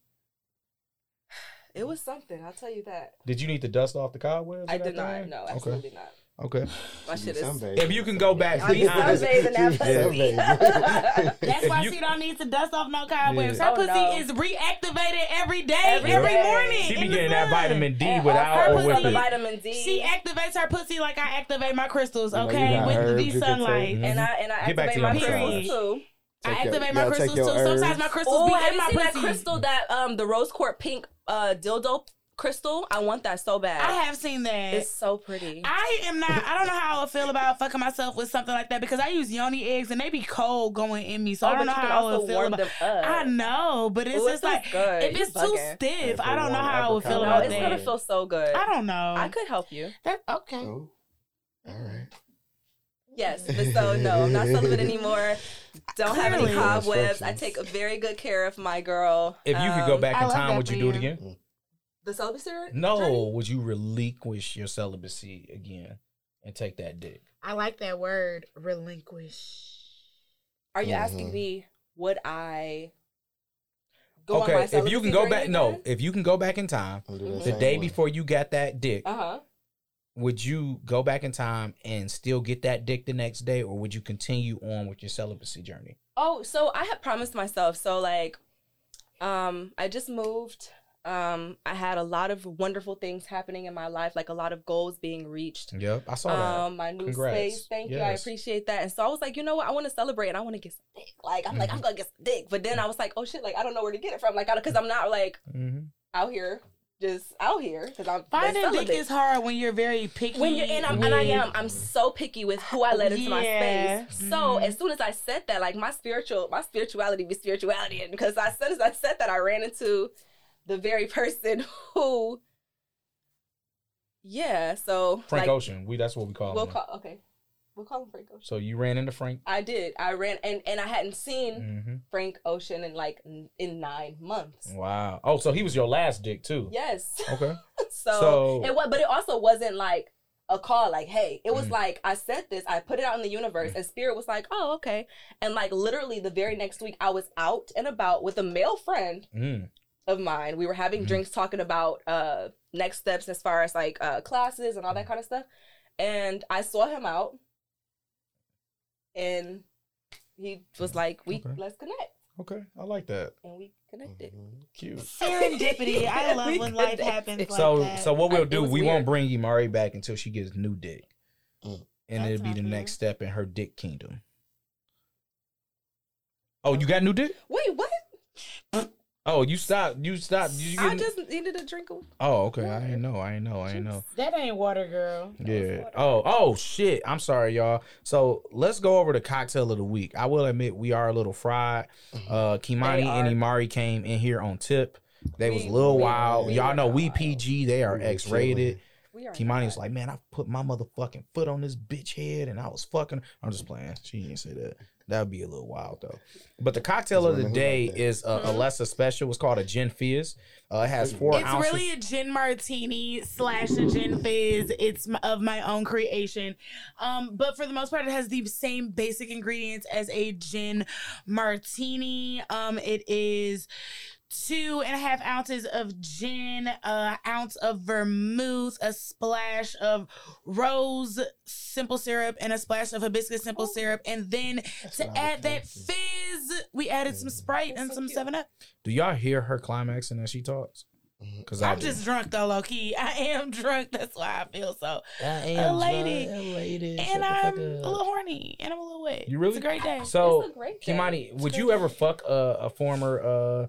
It was something. I'll tell you that.
Did you need to dust off the cobwebs?
I
and
did not.
everything?
No,
Okay.
absolutely not.
Okay.
My
You
shit
do
is.
sunbathe.
If you can go back, [LAUGHS]
I
be
do
honest.
sunbathe in that
Yeah.
[LAUGHS]
[LAUGHS]
pussy.
That's
If
why
you-
she don't need to dust off no cobwebs.
Yeah.
Her
Oh,
pussy
no.
is reactivated every day, every,
Every day.
morning.
She
in
be
the
getting that
sun.
vitamin D
And
without
all
or
purpose
with
of the
it.
vitamin D.
She activates her pussy like I activate my crystals,
You know, you
okay?
got
With
herbs
the
you can
sunlight.
take.
and I and I
Get back to
activate
your
my
period. I
crystals too.
Take your-
activate
y'all
my
take
crystals too.
your
Sometimes
herbs.
my crystals
Oh,
be
have
in
you
my
seen that
pussy.
crystal that um the rose quartz pink uh dildo crystal? I want that so bad.
I have seen that.
It's so pretty.
I am not. I don't know how I would feel about fucking myself with something like that because I use yoni eggs and they be cold going in me, so
Oh,
I don't know
but you can
how I
also
would feel
warm
about.
them up.
I know, but it's
Ooh, it
just
feels
like
good.
if
You
it's too
bugging.
stiff,
Yeah,
I don't know
warm
how I would feel
apricot
No,
about
it's
latte.
gonna
that.
feel so good.
I don't know.
I could help you.
That okay.
Oh, all right.
Yes, but so no, I'm
[LAUGHS]
not celibate anymore. Don't have any
Clearly.
cobwebs. I
Instructions.
take very good care of my girl.
If you could go
Um,
back
I
in
love
time,
that
would
for
you do it
you.
again?
the celibacy. journey?
No. Would you relinquish your celibacy again and take that dick?
I like that word, relinquish.
Are you
Mhm.
asking me would I go on my
Mm-hmm. Okay. If you can
celibacy
go
journey
back, no.
again?
If you can go back in time,
I'll do that
the
same
day
one.
before you got that dick,
Uh-huh.
would you go back in time and still get that dick the next day, or would you continue on with your celibacy journey?
Oh, so I had promised myself. So like, um, I just moved. Um, I had a lot of wonderful things happening in my life, like a lot of goals being reached.
Yep, I saw that.
Um, my new
Congrats.
space. Thank you. I
Yes.
appreciate that. And so I was like, you know what? I want to celebrate and I want to get some dick. Like, I'm like,
Mm-hmm.
I'm gonna get some dick. But then I was like, oh shit, like I don't know where to get it from. Like, I don't, cause I'm not like
mm-hmm.
out here, just out here, cause I'm been
Finding dick
celibate.
is hard when you're very picky.
when you're in, I'm, and I am, I'm so picky with who I let into my
Yeah.
space. So
Mhm.
as soon as I said that, like my spiritual, my spirituality be spirituality, and because as soon as I said that, I ran into the very person [LAUGHS] who, yeah. So
Frank
like,
Ocean. We that's what we call
we'll
him.
call okay. We'll call him Frank Ocean.
So you ran into Frank.
I did. I ran and and I hadn't seen
hmm
Frank Ocean in like n- in nine months.
Wow. Oh, so he was your last dick too.
Yes. [LAUGHS]
Okay.
so,
so
it was, but it also wasn't like a call. Like, hey, it was
Oh. Mm.
like I said this. I put it out in the universe, and Spirit was like, oh, okay. And like literally the very next week, I was out and about with a male friend
mm,
of mine. We were having
Mhm.
drinks, talking about uh next steps as far as like uh classes and all
Mm.
that kind of stuff. And I saw him out, and he was like, we
Mm-hmm. Okay.
let's connect,
okay, I like that.
and we connected.
Mhm.
Cute.
Serendipity.
[LAUGHS]
I love
We
when life
connected.
happens like
so
that.
so what
I-
we'll
it
do,
was
we
weird.
won't bring Imari back until she gets new dick,
Mm.
and
That's
it'll be
not
the
fair.
next step in her dick kingdom. Oh, you got new dick?
Wait, what?
Oh, you stopped. You stopped. You
I
getting-
just needed a drink of
oh, okay. I ain't know. I ain't know. I ain't know.
that ain't water, girl.
Yeah. Oh, oh shit. I'm sorry, y'all. So let's go over the cocktail of the week. I will admit we are a little fried. Uh Kimani
They
and
are.
Imari came in here on tip. They was a
We-
little
we-
wild.
we
y'all
were
know we
wild.
PG. They are
We were
X rated.
chilling.
we are
Kimani
not.
was like, man, I put my motherfucking foot on this bitch head and I was fucking. I'm just playing. She didn't say that. That would be a little wild though. But the cocktail
Just
of the
wondering who
day
got that.
is uh, a
Mhm.
lesser special. It's called a gin fizz. Uh, it has four
It's
ounces.
really a gin martini slash a gin fizz. It's m- of my own creation. Um, but for the most part, it has the same basic ingredients as a gin martini. Um, it is two and a half ounces of gin, an ounce of vermouth, a splash of rose simple syrup, and a splash of hibiscus simple syrup. And then
That's what
to
I
add
was
that
thinking.
fizz, we added some Sprite and some 7 Up.
Do y'all hear her climaxing as she talks?
Mhm.
Because
I'm just drunk though, low key. I am [LAUGHS] drunk. That's why I feel so elated. And I'm a little horny and I'm a little wet.
You really-
It's a great day.
So,
It's a great day.
Kimani, would you ever fuck a, a former uh,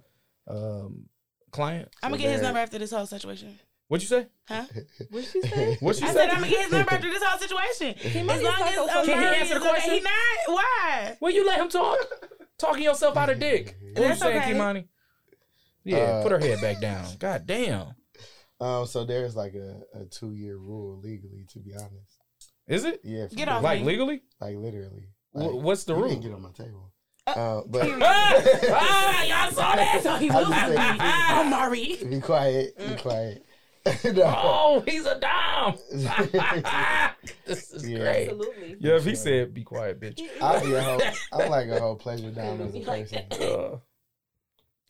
um, client?
I'm gonna get his
bad.
number after this whole situation.
What'd you say?
Huh?
What'd she
Mm-hmm.
say?
What
[LAUGHS]
you
I
said?
said I'm gonna get his
[LAUGHS]
number after this whole situation.
Kimani
As
is
long
not
as
so
um,
funny.
Can he
Murray
answer the
is okay.
question?
He not. Why?
Will you let
[LAUGHS]
him talk? Talking yourself out of dick. What you
That's
saying,
okay.
Kimani? Yeah,
Uh,
put her head back down. God damn.
Um, so there's like a, a two year rule legally, to be honest.
Is it?
Yeah, for
Get
the-
off
Like
me.
legally?
like literally.
Wha-
Like,
what's the
you
rule?
[LAUGHS]
Didn't get on my table. Uh,
period.
but
ah! Ah, y'all saw
So [LAUGHS]
that?
he
I
will
just
have
said-
me. Ah, Murray. [LAUGHS]
[LAUGHS] be quiet. Be
Uh.
quiet. [LAUGHS] No.
Oh, he's a
[LAUGHS]
dom. [LAUGHS] this is
Yeah.
great.
Absolutely.
Yeah, if he said, be quiet, bitch.
I'll be a whole. I'm like a whole pleasure down as a
Be like
person.
Uh,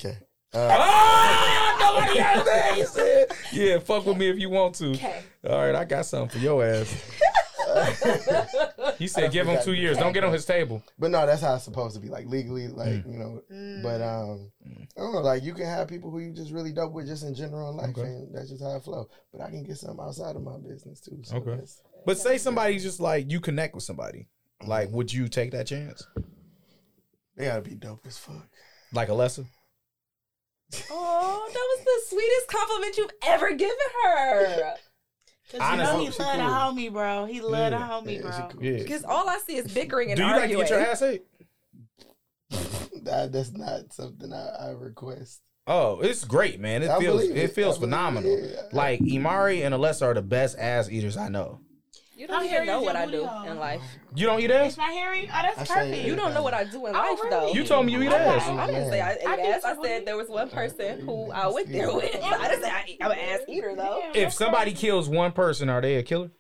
Okay. Uh,
ah, nobody else there, he said. Yeah, fuck with me if you want to.
Okay.
All right, I got something for your ass. Ah!
[LAUGHS]
[LAUGHS]
He said, give him two years. Don't get on his table.
but no, that's how it's supposed to be. Like legally, like you know.
Mm.
But um, I don't know. Like you can have people who you just really dope with, just in general in life,
Okay.
and that's just how it flow. But I can get something outside of my business too. So
Okay.
that's-
But say somebody's just like, you connect with somebody. Like, would you take that chance?
They gotta be dope as fuck.
Like Alessa?
Oh, that was the sweetest compliment you've ever given her.
Cause you know
[LAUGHS] Honestly,
he
she
love a
cool.
homie, bro. He love a
Yeah.
homie,
Yeah, she
bro.
cool.
Yeah.
Because all I see is bickering and
Do you like to
arguing.
get your ass ate?
[LAUGHS] That, that's not something I, I request.
Oh, it's great, man. It
I
feels
believe
it,
it. I
feels
believe
phenomenal.
it.
Like Imari and Alessa are the best ass eaters I know.
You
How
don't
hairy
even know
is
what
your
I
booty
do
hole?
in life.
You don't eat
It's
ass?
not hairy. Oh,
I
that's
say
perfect.
it.
You don't know what I do in life,
really?
though.
You told me you eat ass.
I didn't say I ate
I do
ass. I
too.
said there was one person who I went there with. I didn't say I eat. I'm an ass eater, though.
Damn,
If
that's
somebody
crazy.
kills one person, are they a killer? [LAUGHS]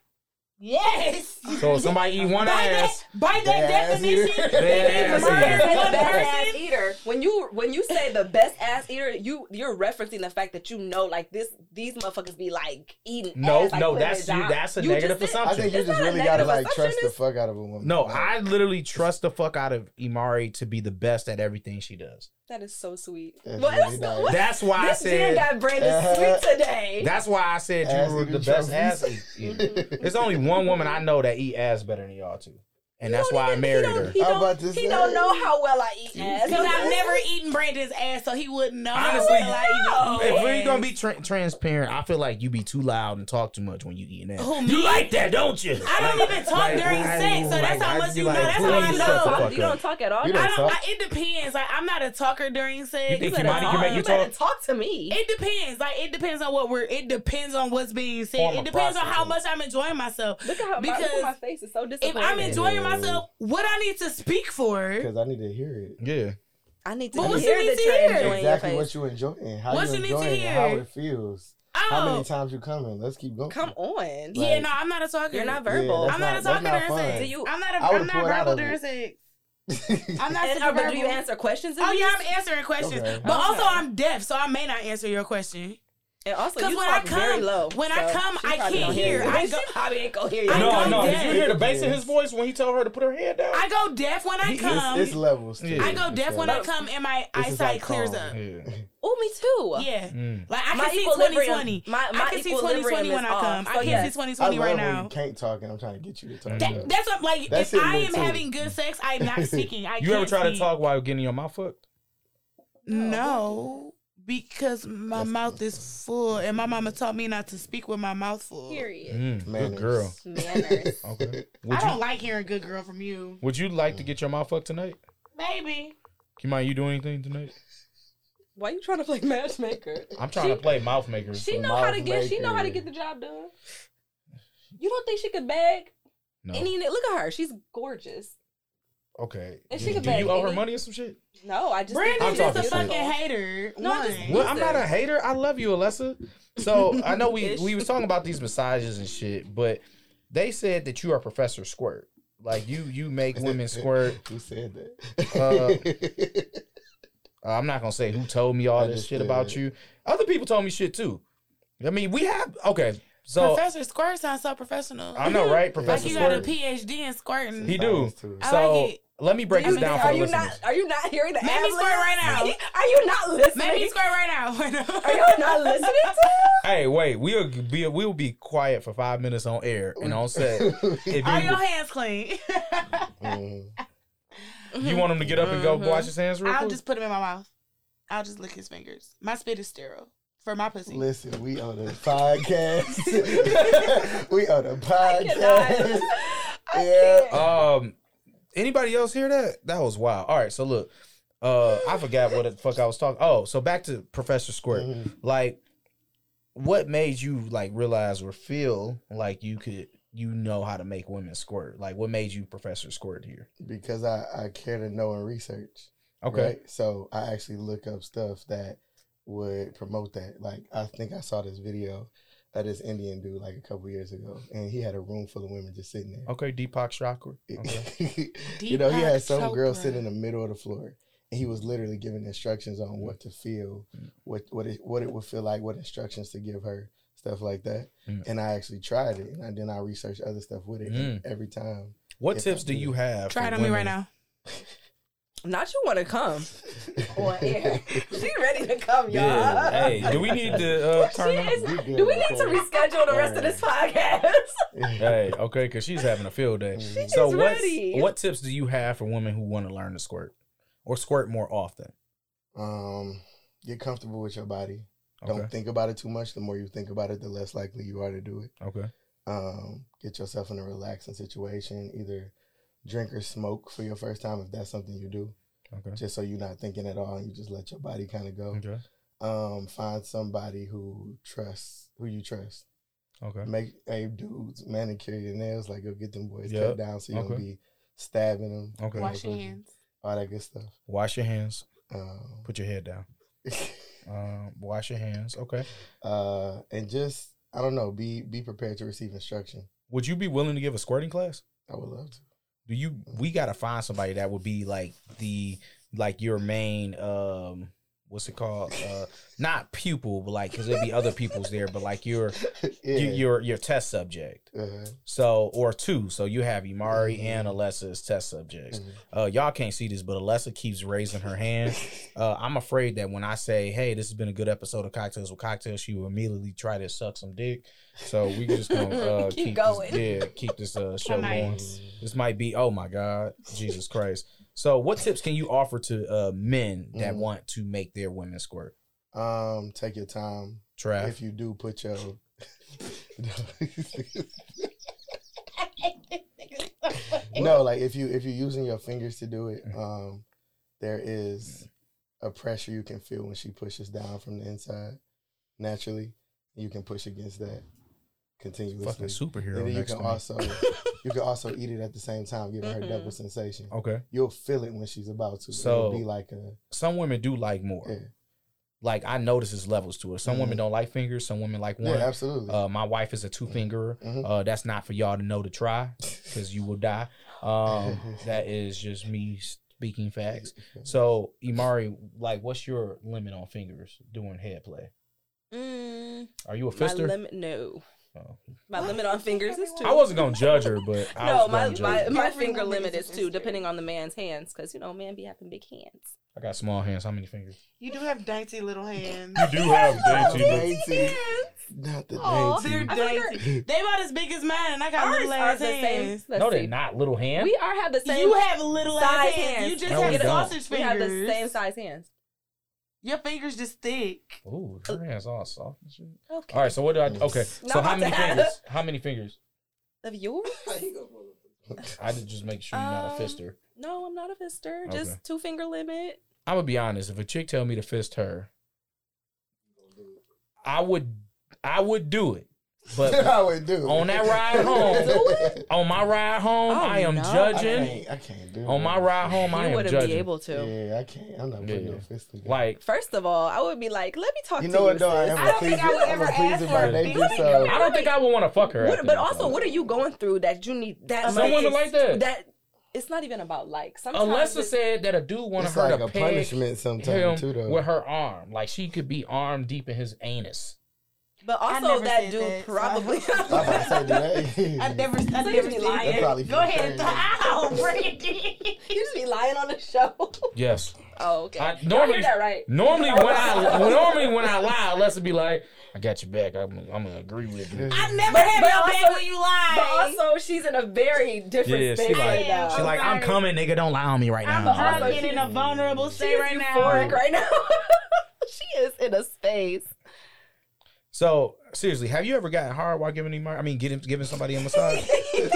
Yes.
So if somebody eat one
by
ass,
that, by
Bad
that
ass
definition,
eater.
it
Bad
is
ass eater.
murder.
Say the
One
best ass
person.
eater. When you when you say the best ass eater, you you're referencing the fact that you know like this these motherfuckers be like eating.
no,
ass, like,
no,
putting
that's
it
you.
down.
That's a
You
negative
just said-
I
assumption.
think you
It's
just
not a
really gotta
negative
like trust the
assumption,
fuck out of a woman.
No,
Like, [LAUGHS]
I [LAUGHS] literally trust the fuck out of Imari to be the best at everything she does.
That is so sweet.
That's
Well,
really
that's the-
nice.
what-
That's why I
this gin
said.
got branded
Uh-huh.
sweet today.
That's why I said
Ass
you were
eating
the best
trophies. [LAUGHS]
ass eater. There's only one woman I know that eat ass better than y'all two. and that's why I married her.
He
I'm
don't,
about to
he
say.
don't know how well I eat ass.
Because I've never eaten Brandon's ass, so he wouldn't know. how
Honestly,
well I even
If
eat
we're gonna be
ass.
tra- transparent, I feel like you be too loud and talk too much when you eating that.
Who,
you
me?
like that, don't you?
Oh, I don't even talk during sex, so that's how much you know. That's how I know.
I- you don't talk at all.
You
I
I
don't-
don't. I, it depends. Like I'm not a talker during sex. um,
You think
better
Kimani can make you
better
talk?
to me.
It depends. Like it depends on what we're. It depends on what's being said.
Form
it
of
depends on how much
process.
I'm enjoying myself.
look at how my, look
because
at my face is so
If
disappointed.
I'm enjoying
Yeah.
myself, what I need to speak for?
Because I need to hear it.
Yeah.
I need
But
to
what's
hear
the
the
need to
trend
hear?
joint in your
Exactly
face.
what you enjoying, how
What
you
you need to
enjoying it, how
hear?
it feels.
Oh,
How many times you coming? Let's keep going.
Come on.
yeah.
like,
No, I'm not a talker.
You're not
Yeah,
verbal.
that's
I'm not,
that's
a talker during sex.
fun.
Do you-
I'm not. A,
I would've
I'm not
pulled out
verbal
of
during
it.
sex.
[LAUGHS]
I'm not.
And,
super
uh, but do you
verbal.
answer questions? in
Oh
these?
yeah, I'm answering questions,
Okay.
but also
Okay.
I'm deaf, so I may not answer your question.
And also,
Because
you
when I
talk very
come,
low.
when I
so
come,
she
I
probably
can't
don't
hear.
you.
I go,
She probably ain't gonna hear you.
I
No,
don't
no. Did you
dance.
hear the bass in his voice when he told her to put her head down?
I go deaf when I
It's-
come.
it's, it's levels.
Yeah.
I go deaf when I
But-
come, and my
This is
eyesight
like
clears
calm.
up.
yeah.
Oh, me too.
Yeah.
Mm.
Like I
My
can see
equilibrium-
2020.
my-
I
my
can see
equilibrium
2020 when
is
I
off.
come. I
So,
can't
yeah.
see
I
2020
love
right
when
now.
you can't talk and I'm trying to get you to talk.
That, that's what like
That's
if
it,
I
me
am
too.
having good sex, I'm not speaking. I
You ever
can't
try to
speak.
talk while getting your mouth fucked?
No, because my mouth is full, and my mama taught me not to speak with my mouth full.
Period.
Mm,
Manners.
good [LAUGHS] girl.
Manners.
Okay.
[LAUGHS]
I
Would
don't
you
like hearing "good girl" from you,
Would you like to get your mouth fucked tonight?
baby.
You mind you do anything tonight?
[LAUGHS] Why you trying to play matchmaker?
I'm trying to play mouth makers.
She know how to get. She know how to
Matchmaker.
get the job done. You don't think she could bag
no.
any? Look at her. She's gorgeous.
okay.
And
Do,
she can
do you
bag
owe her
any-
money or some shit?
No, I just. think
Brandon
I'm
is
she's
a
talking shit.
fucking hater.
No, I
One.
just-
Well, I'm not a hater. I love you, Alessa.
[LAUGHS]
So I know we
Ish.
we was talking about these massages and shit, but they said that you are Professor Squirt. Like you you make women squirt.
Who said that?
Uh, I'm not gonna say who told me all
I
this
just
shit
did
about
it.
you. Other people told me shit too. I mean, we have okay. So
Professor Squirt sounds so professional.
I know, right?
Like
Professor
you got a
Squirt.
PhD in squirting.
He do.
Too.
[LAUGHS]
I
so
like it.
let me break
Damn it.
this down for
Are
the
you
listeners.
not? Are you not hearing the?
Make me
ad-libs?
squirt right now.
Are you not listening?
Make me squirt right now. [LAUGHS]
Are y'all not
[LAUGHS]
listening to? [LAUGHS]
Hey, wait. We'll be we'll be quiet for five minutes on air and on set.
[LAUGHS]
If
Are your
you,
hands
[LAUGHS]
clean?
Mm.
you want him to get up and go wash his hands real
I'll
quick,
just put them in my mouth. I'll just lick his fingers. My spit is sterile for my pussy.
Listen, we on the
[LAUGHS]
podcast. [LAUGHS] we on
[LAUGHS]
the podcast.
I
Yeah.
can't.
um, anybody else hear that? That was wild. All right, so look, uh, I forgot what the fuck I was talking. Oh, so back to Professor Squirt.
Mhm.
Mm-hmm.
Like, what made you like realize or feel like you could you know how to make women squirt? Like, what made you Professor Squirt here?
Because I, I care to know and research.
Okay,
Right? So I actually look up stuff that would promote that. Like I think I saw this video of this Indian dude like a couple years ago, and he had a room full of women just sitting there.
okay,
[LAUGHS]
Deepak Chakra. Okay.
[LAUGHS] you know, he
Deepak
had some girl
Chopra.
sitting in the middle of the floor, and he was literally giving instructions on what to feel,
Mm.
what what it what it would feel like, what instructions to give her, stuff like that.
Mm.
And I actually tried it, and I, then I researched other stuff with it. and
Mm.
every time,
What
Yes,
tips
I
do
do.
you have?
Try
for
it on me right
women-
now.
Not you want to come
[LAUGHS]
[LAUGHS]
on air. She ready to come, y'all.
Yeah. Hey, do we need to uh,
She
turn? up?
is.
We good,
Do we need to
okay.
reschedule the rest of this [LAUGHS] podcast?
Hey, okay, because she's having a field day.
She
so
is
what's-
ready.
what tips do you have for women who want to learn to squirt or squirt more often?
um, get comfortable with your body.
Okay.
Don't think about it too much. The more you think about it, the less likely you are to do it.
Okay.
Um, get yourself in a relaxing situation. Either drink or smoke for your first time if that's something you do.
Okay.
Just so you're not thinking at all and you just let your body kind of go.
Okay.
Um, find somebody who trusts who you trust.
Okay.
Make hey dudes manicure your nails, like go get them boys
Yep.
cut down so you don't
Okay.
be stabbing them.
Okay.
Wash your hands.
All that good stuff.
Wash your hands.
Um, [LAUGHS]
Put your head down. Um, wash your hands. Okay.
uh, and just I don't know, be be prepared to receive instruction.
Would you be willing to give a squirting class?
I would love to.
Do you? We gotta find somebody that would be like the like your main um what's it called? Uh, not pupil, but like because there'd be other pupils there, but like your [LAUGHS] you, your your test subject.
uh
So or two. So you have Imari and Alessa as test
Mm.
subjects. Uh, y'all can't see this, but Alessa keeps raising her hand. Uh, I'm afraid that when I say, "Hey, this has been a good episode of Cocktails with Cocktails," she will immediately try to suck some dick. So we just
[LAUGHS]
gonna uh,
Keep
keep,
going.
This, yeah, keep this uh, show
might.
going. This might be. Oh my God, Jesus Christ. So, what tips can you offer to uh, men that
Mhm.
want to make their women squirt?
Um, take your time.
Trav,
If you do put your [LAUGHS] no, like if you if you're using your fingers to do it,
Mm-hmm.
um, there is a pressure you can feel when she pushes down from the inside. Naturally, you can push against that
fucking
continuously.
superhero
And then you
next
can
to me.
also you can also eat it at the same time, giving her double sensation.
Okay,
You'll feel it when she's about to.
Oh. So-
It'll be like a
some women do like more.
yeah,
Like I notice there's levels to it. Some women
Mhm.
don't like fingers. Some women like
yeah
one.
absolutely.
Uh, my wife is a two fingerer.
Mhm.
Uh, that's not for y'all to know to try because you will die. Um,
[LAUGHS]
that is just me speaking facts. So, Imari, like, what's your limit on fingers doing head play?
Mm,
Are you a
my
fister?
limit, no.
Oh.
My limit on fingers is two.
I wasn't gonna judge her, but I
no,
was
my,
gonna judge
my,
her.
my
Every
finger
woman
limit
is
is
a
two,
sister.
depending on the man's hands, because you know, man be having big hands.
I got small hands. How many fingers?
You do have dainty little hands.
do
[LAUGHS]
have little.
dainty little- Dainty.
Hands.
Not the
[LAUGHS]
Aw,
They're
dainty.
I feel like
[LAUGHS]
our-
[LAUGHS]
dainty. They about as big as mine, and I got
Ours
little
are
ass
the same.
hands.
Let's
No,
see.
they're not little hand.
We are have the same.
You have little ass
size
hands.
hands.
You just
No, we
have
don't.
sausage
we
fingers.
have the same size hands.
Your fingers just thick.
Ooh, her hands all soft. and shit.
Okay.
All right, so what do I? Okay, so
Not
how
about
many
that.
fingers? How many fingers?
Of yours?
I did just make sure you're not a
Um,
fister.
No, I'm not a fister.
Okay.
Just two finger limit.
I'm gonna be honest. If a chick tell me to fist her, I would, I would do it.
[LAUGHS]
But
I would do.
on that
[LAUGHS]
ride home, on my ride home,
Oh,
I am
no.
I
judging.
can't, I can't do
On
it.
my ride home, I
you
am
wouldn't
judging.
be able to.
Yeah, I can't. I'm not putting
Yeah.
no fist in it.
Like,
First of all, I would be like, let me talk
you
to
know
you.
what though? I
sis.
am
I
a
don't think
pleaser-
I would
I'm
ever
a
ask
pleaser
for
by
a
nature,
big
so
I don't think I would want to fuck her.
What-
after
but
that,
also,
though.
what are you going through that you need that
Some
much-
women like that.
That it's not even about like. Sometimes
Alessa
it's-
said that a dude wanted
it's
her
like
to
a
peg
punishment sometimes too
him
though.
with her arm. Like she could be arm deep in his anus.
but
I
also
never
that
said
dude
that, so I
probably.
don't-
I'm about to say
[LAUGHS]
do
I
that. [LAUGHS]
never, I
So you
never
be
seen
lying.
it.
That probably
Go ahead,
be
[LAUGHS] ow, Brandy.
Oh, you just be lying on the show.
Yes.
oh, okay.
I-
Y'all
normally-
hear that right?
Normally when I normally when I lie, Alessa be like, "I got your back. I'm, I'm gonna agree with you."
I never
But-
had
but
your
also-
back when you
But
lie.
also, she's in a very different
Yeah, she
space
like-
right now.
she like, "I'm
coming, nigga. Don't lie on me right
I'm
now."
drunk and in a vulnerable
She
state
is
right
euphoric
now.
right now. [LAUGHS] she is in a space.
So seriously, have you ever gotten hard while giving him? I mean, getting giving somebody a massage?
[LAUGHS]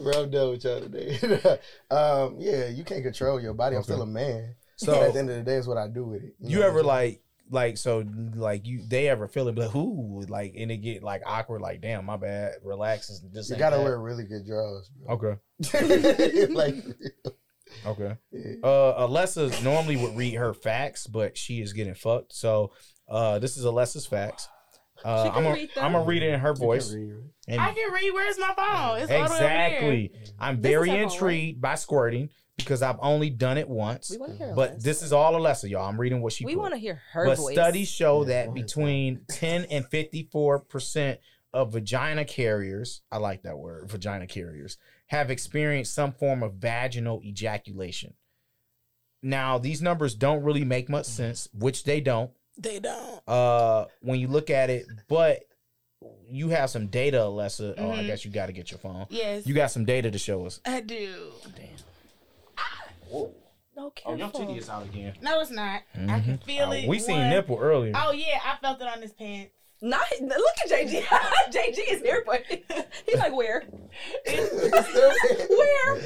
Bro, I'm done with y'all today. [LAUGHS] um, yeah, you can't control your body. I'm
Okay.
still a man. So
So-
at the end of the day, is what I do with it.
You
know
ever
what
like like so like you they ever feel it but who like and it get like awkward like damn my bad relaxes
I'm
this
saying?
ain't
you gotta
that.
wear really good drawers,
[LAUGHS]
bro. [LAUGHS]
okay
like,
okay
yeah.
Uh, Alessa normally would read her facts, but she is getting fucked. So, uh, this is Alessa's facts. Uh,
She can
I'm gonna
read them.
I'm gonna read it in her
You
voice.
can read, right?
And
I can read. Where's my phone? It's All the way
exactly. I'm
This is
very
her phone, right?
intrigued by squirting because I've only done it once.
We want to hear.
But this is all Alessa, y'all. I'm reading what she.
we
put.
want to hear her
but
voice.
studies show
Yeah,
that
go ahead.
between 10 and 54 percent of vagina carriers i like that word vagina carriers have experienced some form of vaginal ejaculation now these numbers don't really make
Mm-hmm.
much sense which they don't
over there. They don't.
uh when you look at it but you have some data Alessa. oh i
Mhm.
guess you got to get your phone
Yes,
you got some data to show us
I do.
No
Oh,
careful.
out again
No, it's not. I
Mm-hmm.
can
Oh,
feel it.
Uh, we seen
One-
nipple earlier
Oh yeah, I felt it on his pants. [LAUGHS]
Not look at [LAUGHS] JG. JG is here, but [LAUGHS] he's like, where? [LAUGHS]
[LAUGHS]
Where?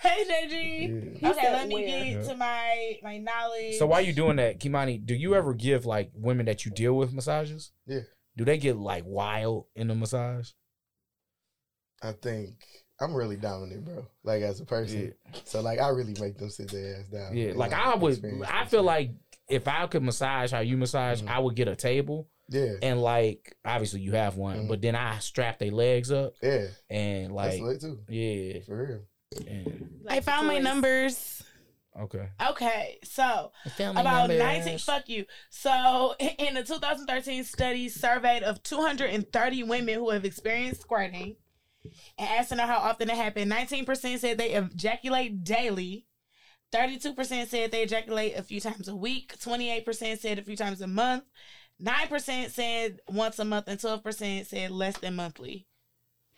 Hey JG.
Yeah.
He
Okay,
said
let me
where?
get
Yeah.
to my my knowledge.
So while you doing that, Kimani, do you ever give like women that you deal with massages?
Yeah.
Do they get like wild in the massage?
I think I'm really dominant, bro. Like as a person, so like I really make them sit their ass down.
Uh, Yeah.
and,
Like I would
experience
I
this
feel
shit.
like if I could massage how you massage,
Mhm.
I would get a table
yeah,
and like obviously you have one,
Mhm.
but then I strap their legs up
yeah,
and
that's
like
lit too,
yeah.
for real.
and-
I found my numbers.
Okay.
Okay, so about 19 fuck you so [LAUGHS] in a 2013 study surveyed of 230 women who have experienced squirting and asked to know how often it happened 19% said they ejaculate daily 32% said they ejaculate a few times a week 28% said a few times a month 9% said once a month and 12% said less than monthly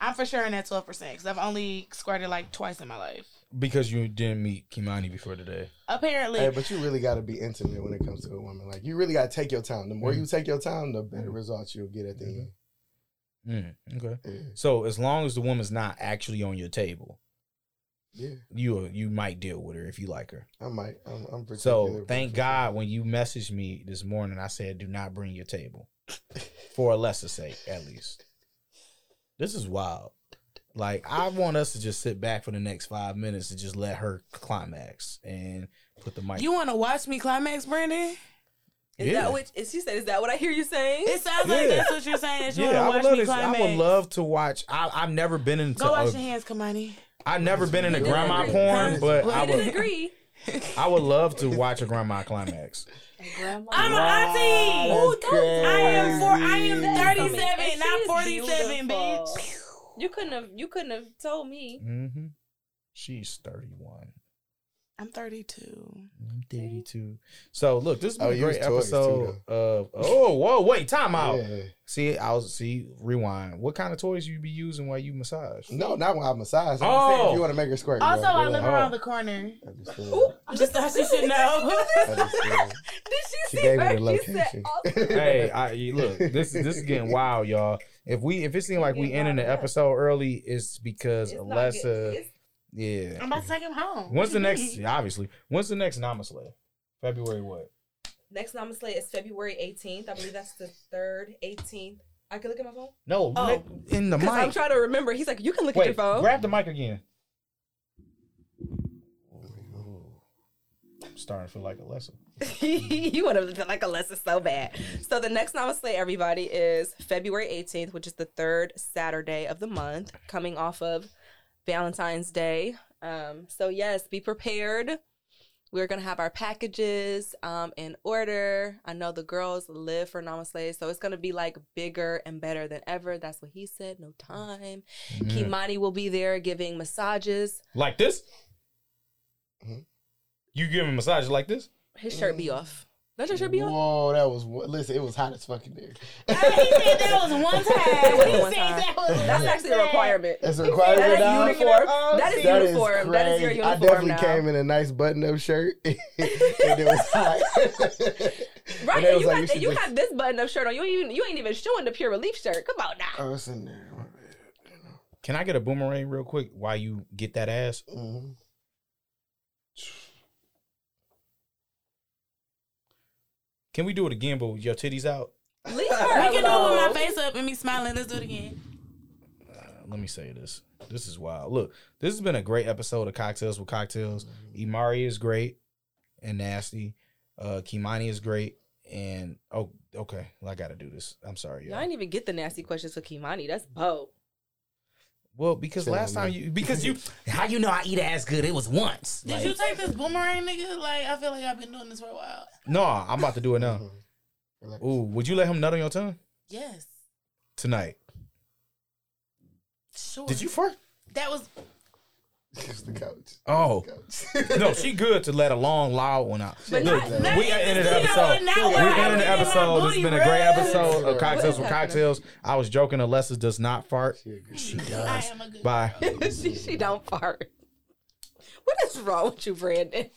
i'm for sure in that 12% because i've only squirted like twice in my life
Because you didn't meet Kimani before today.
apparently
Hey, but you really got to be intimate when it comes to a woman. Like you really got to take your time. The more you
Mm-hmm.
take your time, the better results you'll get at the end.
Mm, okay.
Yeah.
So as long as the woman's not actually on your table,
Yeah,
you you might deal with her if you like her.
I might. I'm, I'm particular.
So
but
thank
for
God when you messaged me this morning, I said, "Do not bring your table," for a lesser sake, at least. This is wild. Like I want us to just sit back for the next five minutes and just let her climax and put the mic.
you want to watch me climax brandon
Is
Yeah.
that what is she said? Is that what I hear you saying?
It sounds like
Yeah.
that's what you're saying. That you
yeah, I
want
would
to watch me
love this. I
climax.
would love uh, to watch. I, I've never been into.
Go wash
a-
your hands, Kamani.
I've never been into
We
grandma
disagree.
porn,
Huh?
but
We
I
I
would.
disagree.
I would love to watch a grandma climax.
I'm an
Wow,
auntie.
that's
Ooh, don't- I am four. I am
crazy.
37,
And
not
she's
47,
beautiful.
bitch.
You couldn't have you couldn't have told [LAUGHS] me.
Mm-hmm. She's thirty-one.
I'm 32.
I'm
Mm-hmm.
32. So look, this is
I
a
would
great
use toys, too,
episode of oh whoa wait time out.
[LAUGHS] Yeah.
See I was see rewind. What kind of toys you be using while you massage?
No, not when I massage. I'm oh. saying
Oh.
if you want to make her squirt.
Also,
bro,
I live
relax.
Uh-huh.
around the corner.
Understand.
I [LAUGHS] just thought you should
[LAUGHS]
know.
Understand.
Did she,
[LAUGHS] She
see
gave
back?
me the
She
location.
said,
[LAUGHS]
oh,
[LAUGHS] hey,
[LAUGHS]
I look this is this is getting wild, y'all. If we if it seems like we ending the episode early, it's because
it's not good.
Alessa.
It's-
Yeah.
[LAUGHS] I'm about to take him home.
When's
[LAUGHS]
[LAUGHS]
the next? Obviously, when's the next Namaste? February what?
Next Namaste is February 18th. I believe that's the third 18th. I can look at my phone.
No,
Oh.
let- in the mic.
Because I'm trying to remember. He's like, you can look at your
Wait,
phone.
grab the mic again.
Oh,
I'm starting to feel like a lesson.
[LAUGHS] you would have like a lesson so bad. So the next Namaste, everybody, is February 18th, which is the third Saturday of the month, coming off of Valentine's Day. Um, so yes, be prepared. We're gonna have our packages um, in order. I know the girls live for Namaste, so it's gonna be like bigger and better than ever. That's what he said. No time.
Mm.
Kimani will be there giving massages.
Mm-hmm. Like this? Mm-hmm.
Mhm.
You give him massages like this?
His shirt be off. Does your shirt be off?
Whoa, that was wa- listen. It was hot as fucking
[LAUGHS]
there.
[LAUGHS]
he said that was one time. He
One
said
time.
that was
That's
one
actually a
time.
requirement.
[LAUGHS] It's a requirement
That is
now.
uniform. That is
That is
uniform. That is your
crazy.
uniform
I definitely
now.
came in a nice button-up shirt, [LAUGHS] and it was hot. [LAUGHS]
Right,
And they
and
was
you,
like,
got,
should
you
just-
got this button-up shirt on. You ain't even, you ain't even showing the pure relief shirt. Come on now.
Oh, it's in there. My bad.
Can I get a boomerang real quick while you get that ass?
Mhm.
Can we do it again, but with your titties out?
Uh,
Leave her
We can do it
alone.
with my face up and me smiling. Let's do it again.
Uh, let me say this. This is wild. Look, this has been a great episode of Cocktails with Cocktails. Imari is great and nasty. Uh Kimani is great. And oh, okay. Well, I gotta do this. I'm sorry,
Y'all
y'all.
didn't even get the nasty questions for Kimani. That's
[LAUGHS]
[LAUGHS] Bo.
Well, because
Say
last
that
time
again.
you because you [LAUGHS] how you know I eat ass good? It was once.
Did you take this boomerang, nigga? Like, I feel like I've been doing this for a while.
No, I'm about to do it [LAUGHS] now.
Mhm. Relax.
Ooh, would you let him nut on your tongue
Yes.
tonight?
Sure.
Did you fart?
That was
It's the couch.
Oh
Couch.
no, she good to let a long loud one out.
But
Look,
not-
not
we
even
ended the
to know
episode.
it now
We
where I
ended
was
the
in my
episode. It's
booty,
been a great
bruh.
episode of
What
cocktails
is
with
happening?
cocktails. I was joking. Alessa does not fart.
She agreed.
She
I
[LAUGHS]
does.
am a good
Bye.
she, she don't fart. What is wrong with you, Brandon?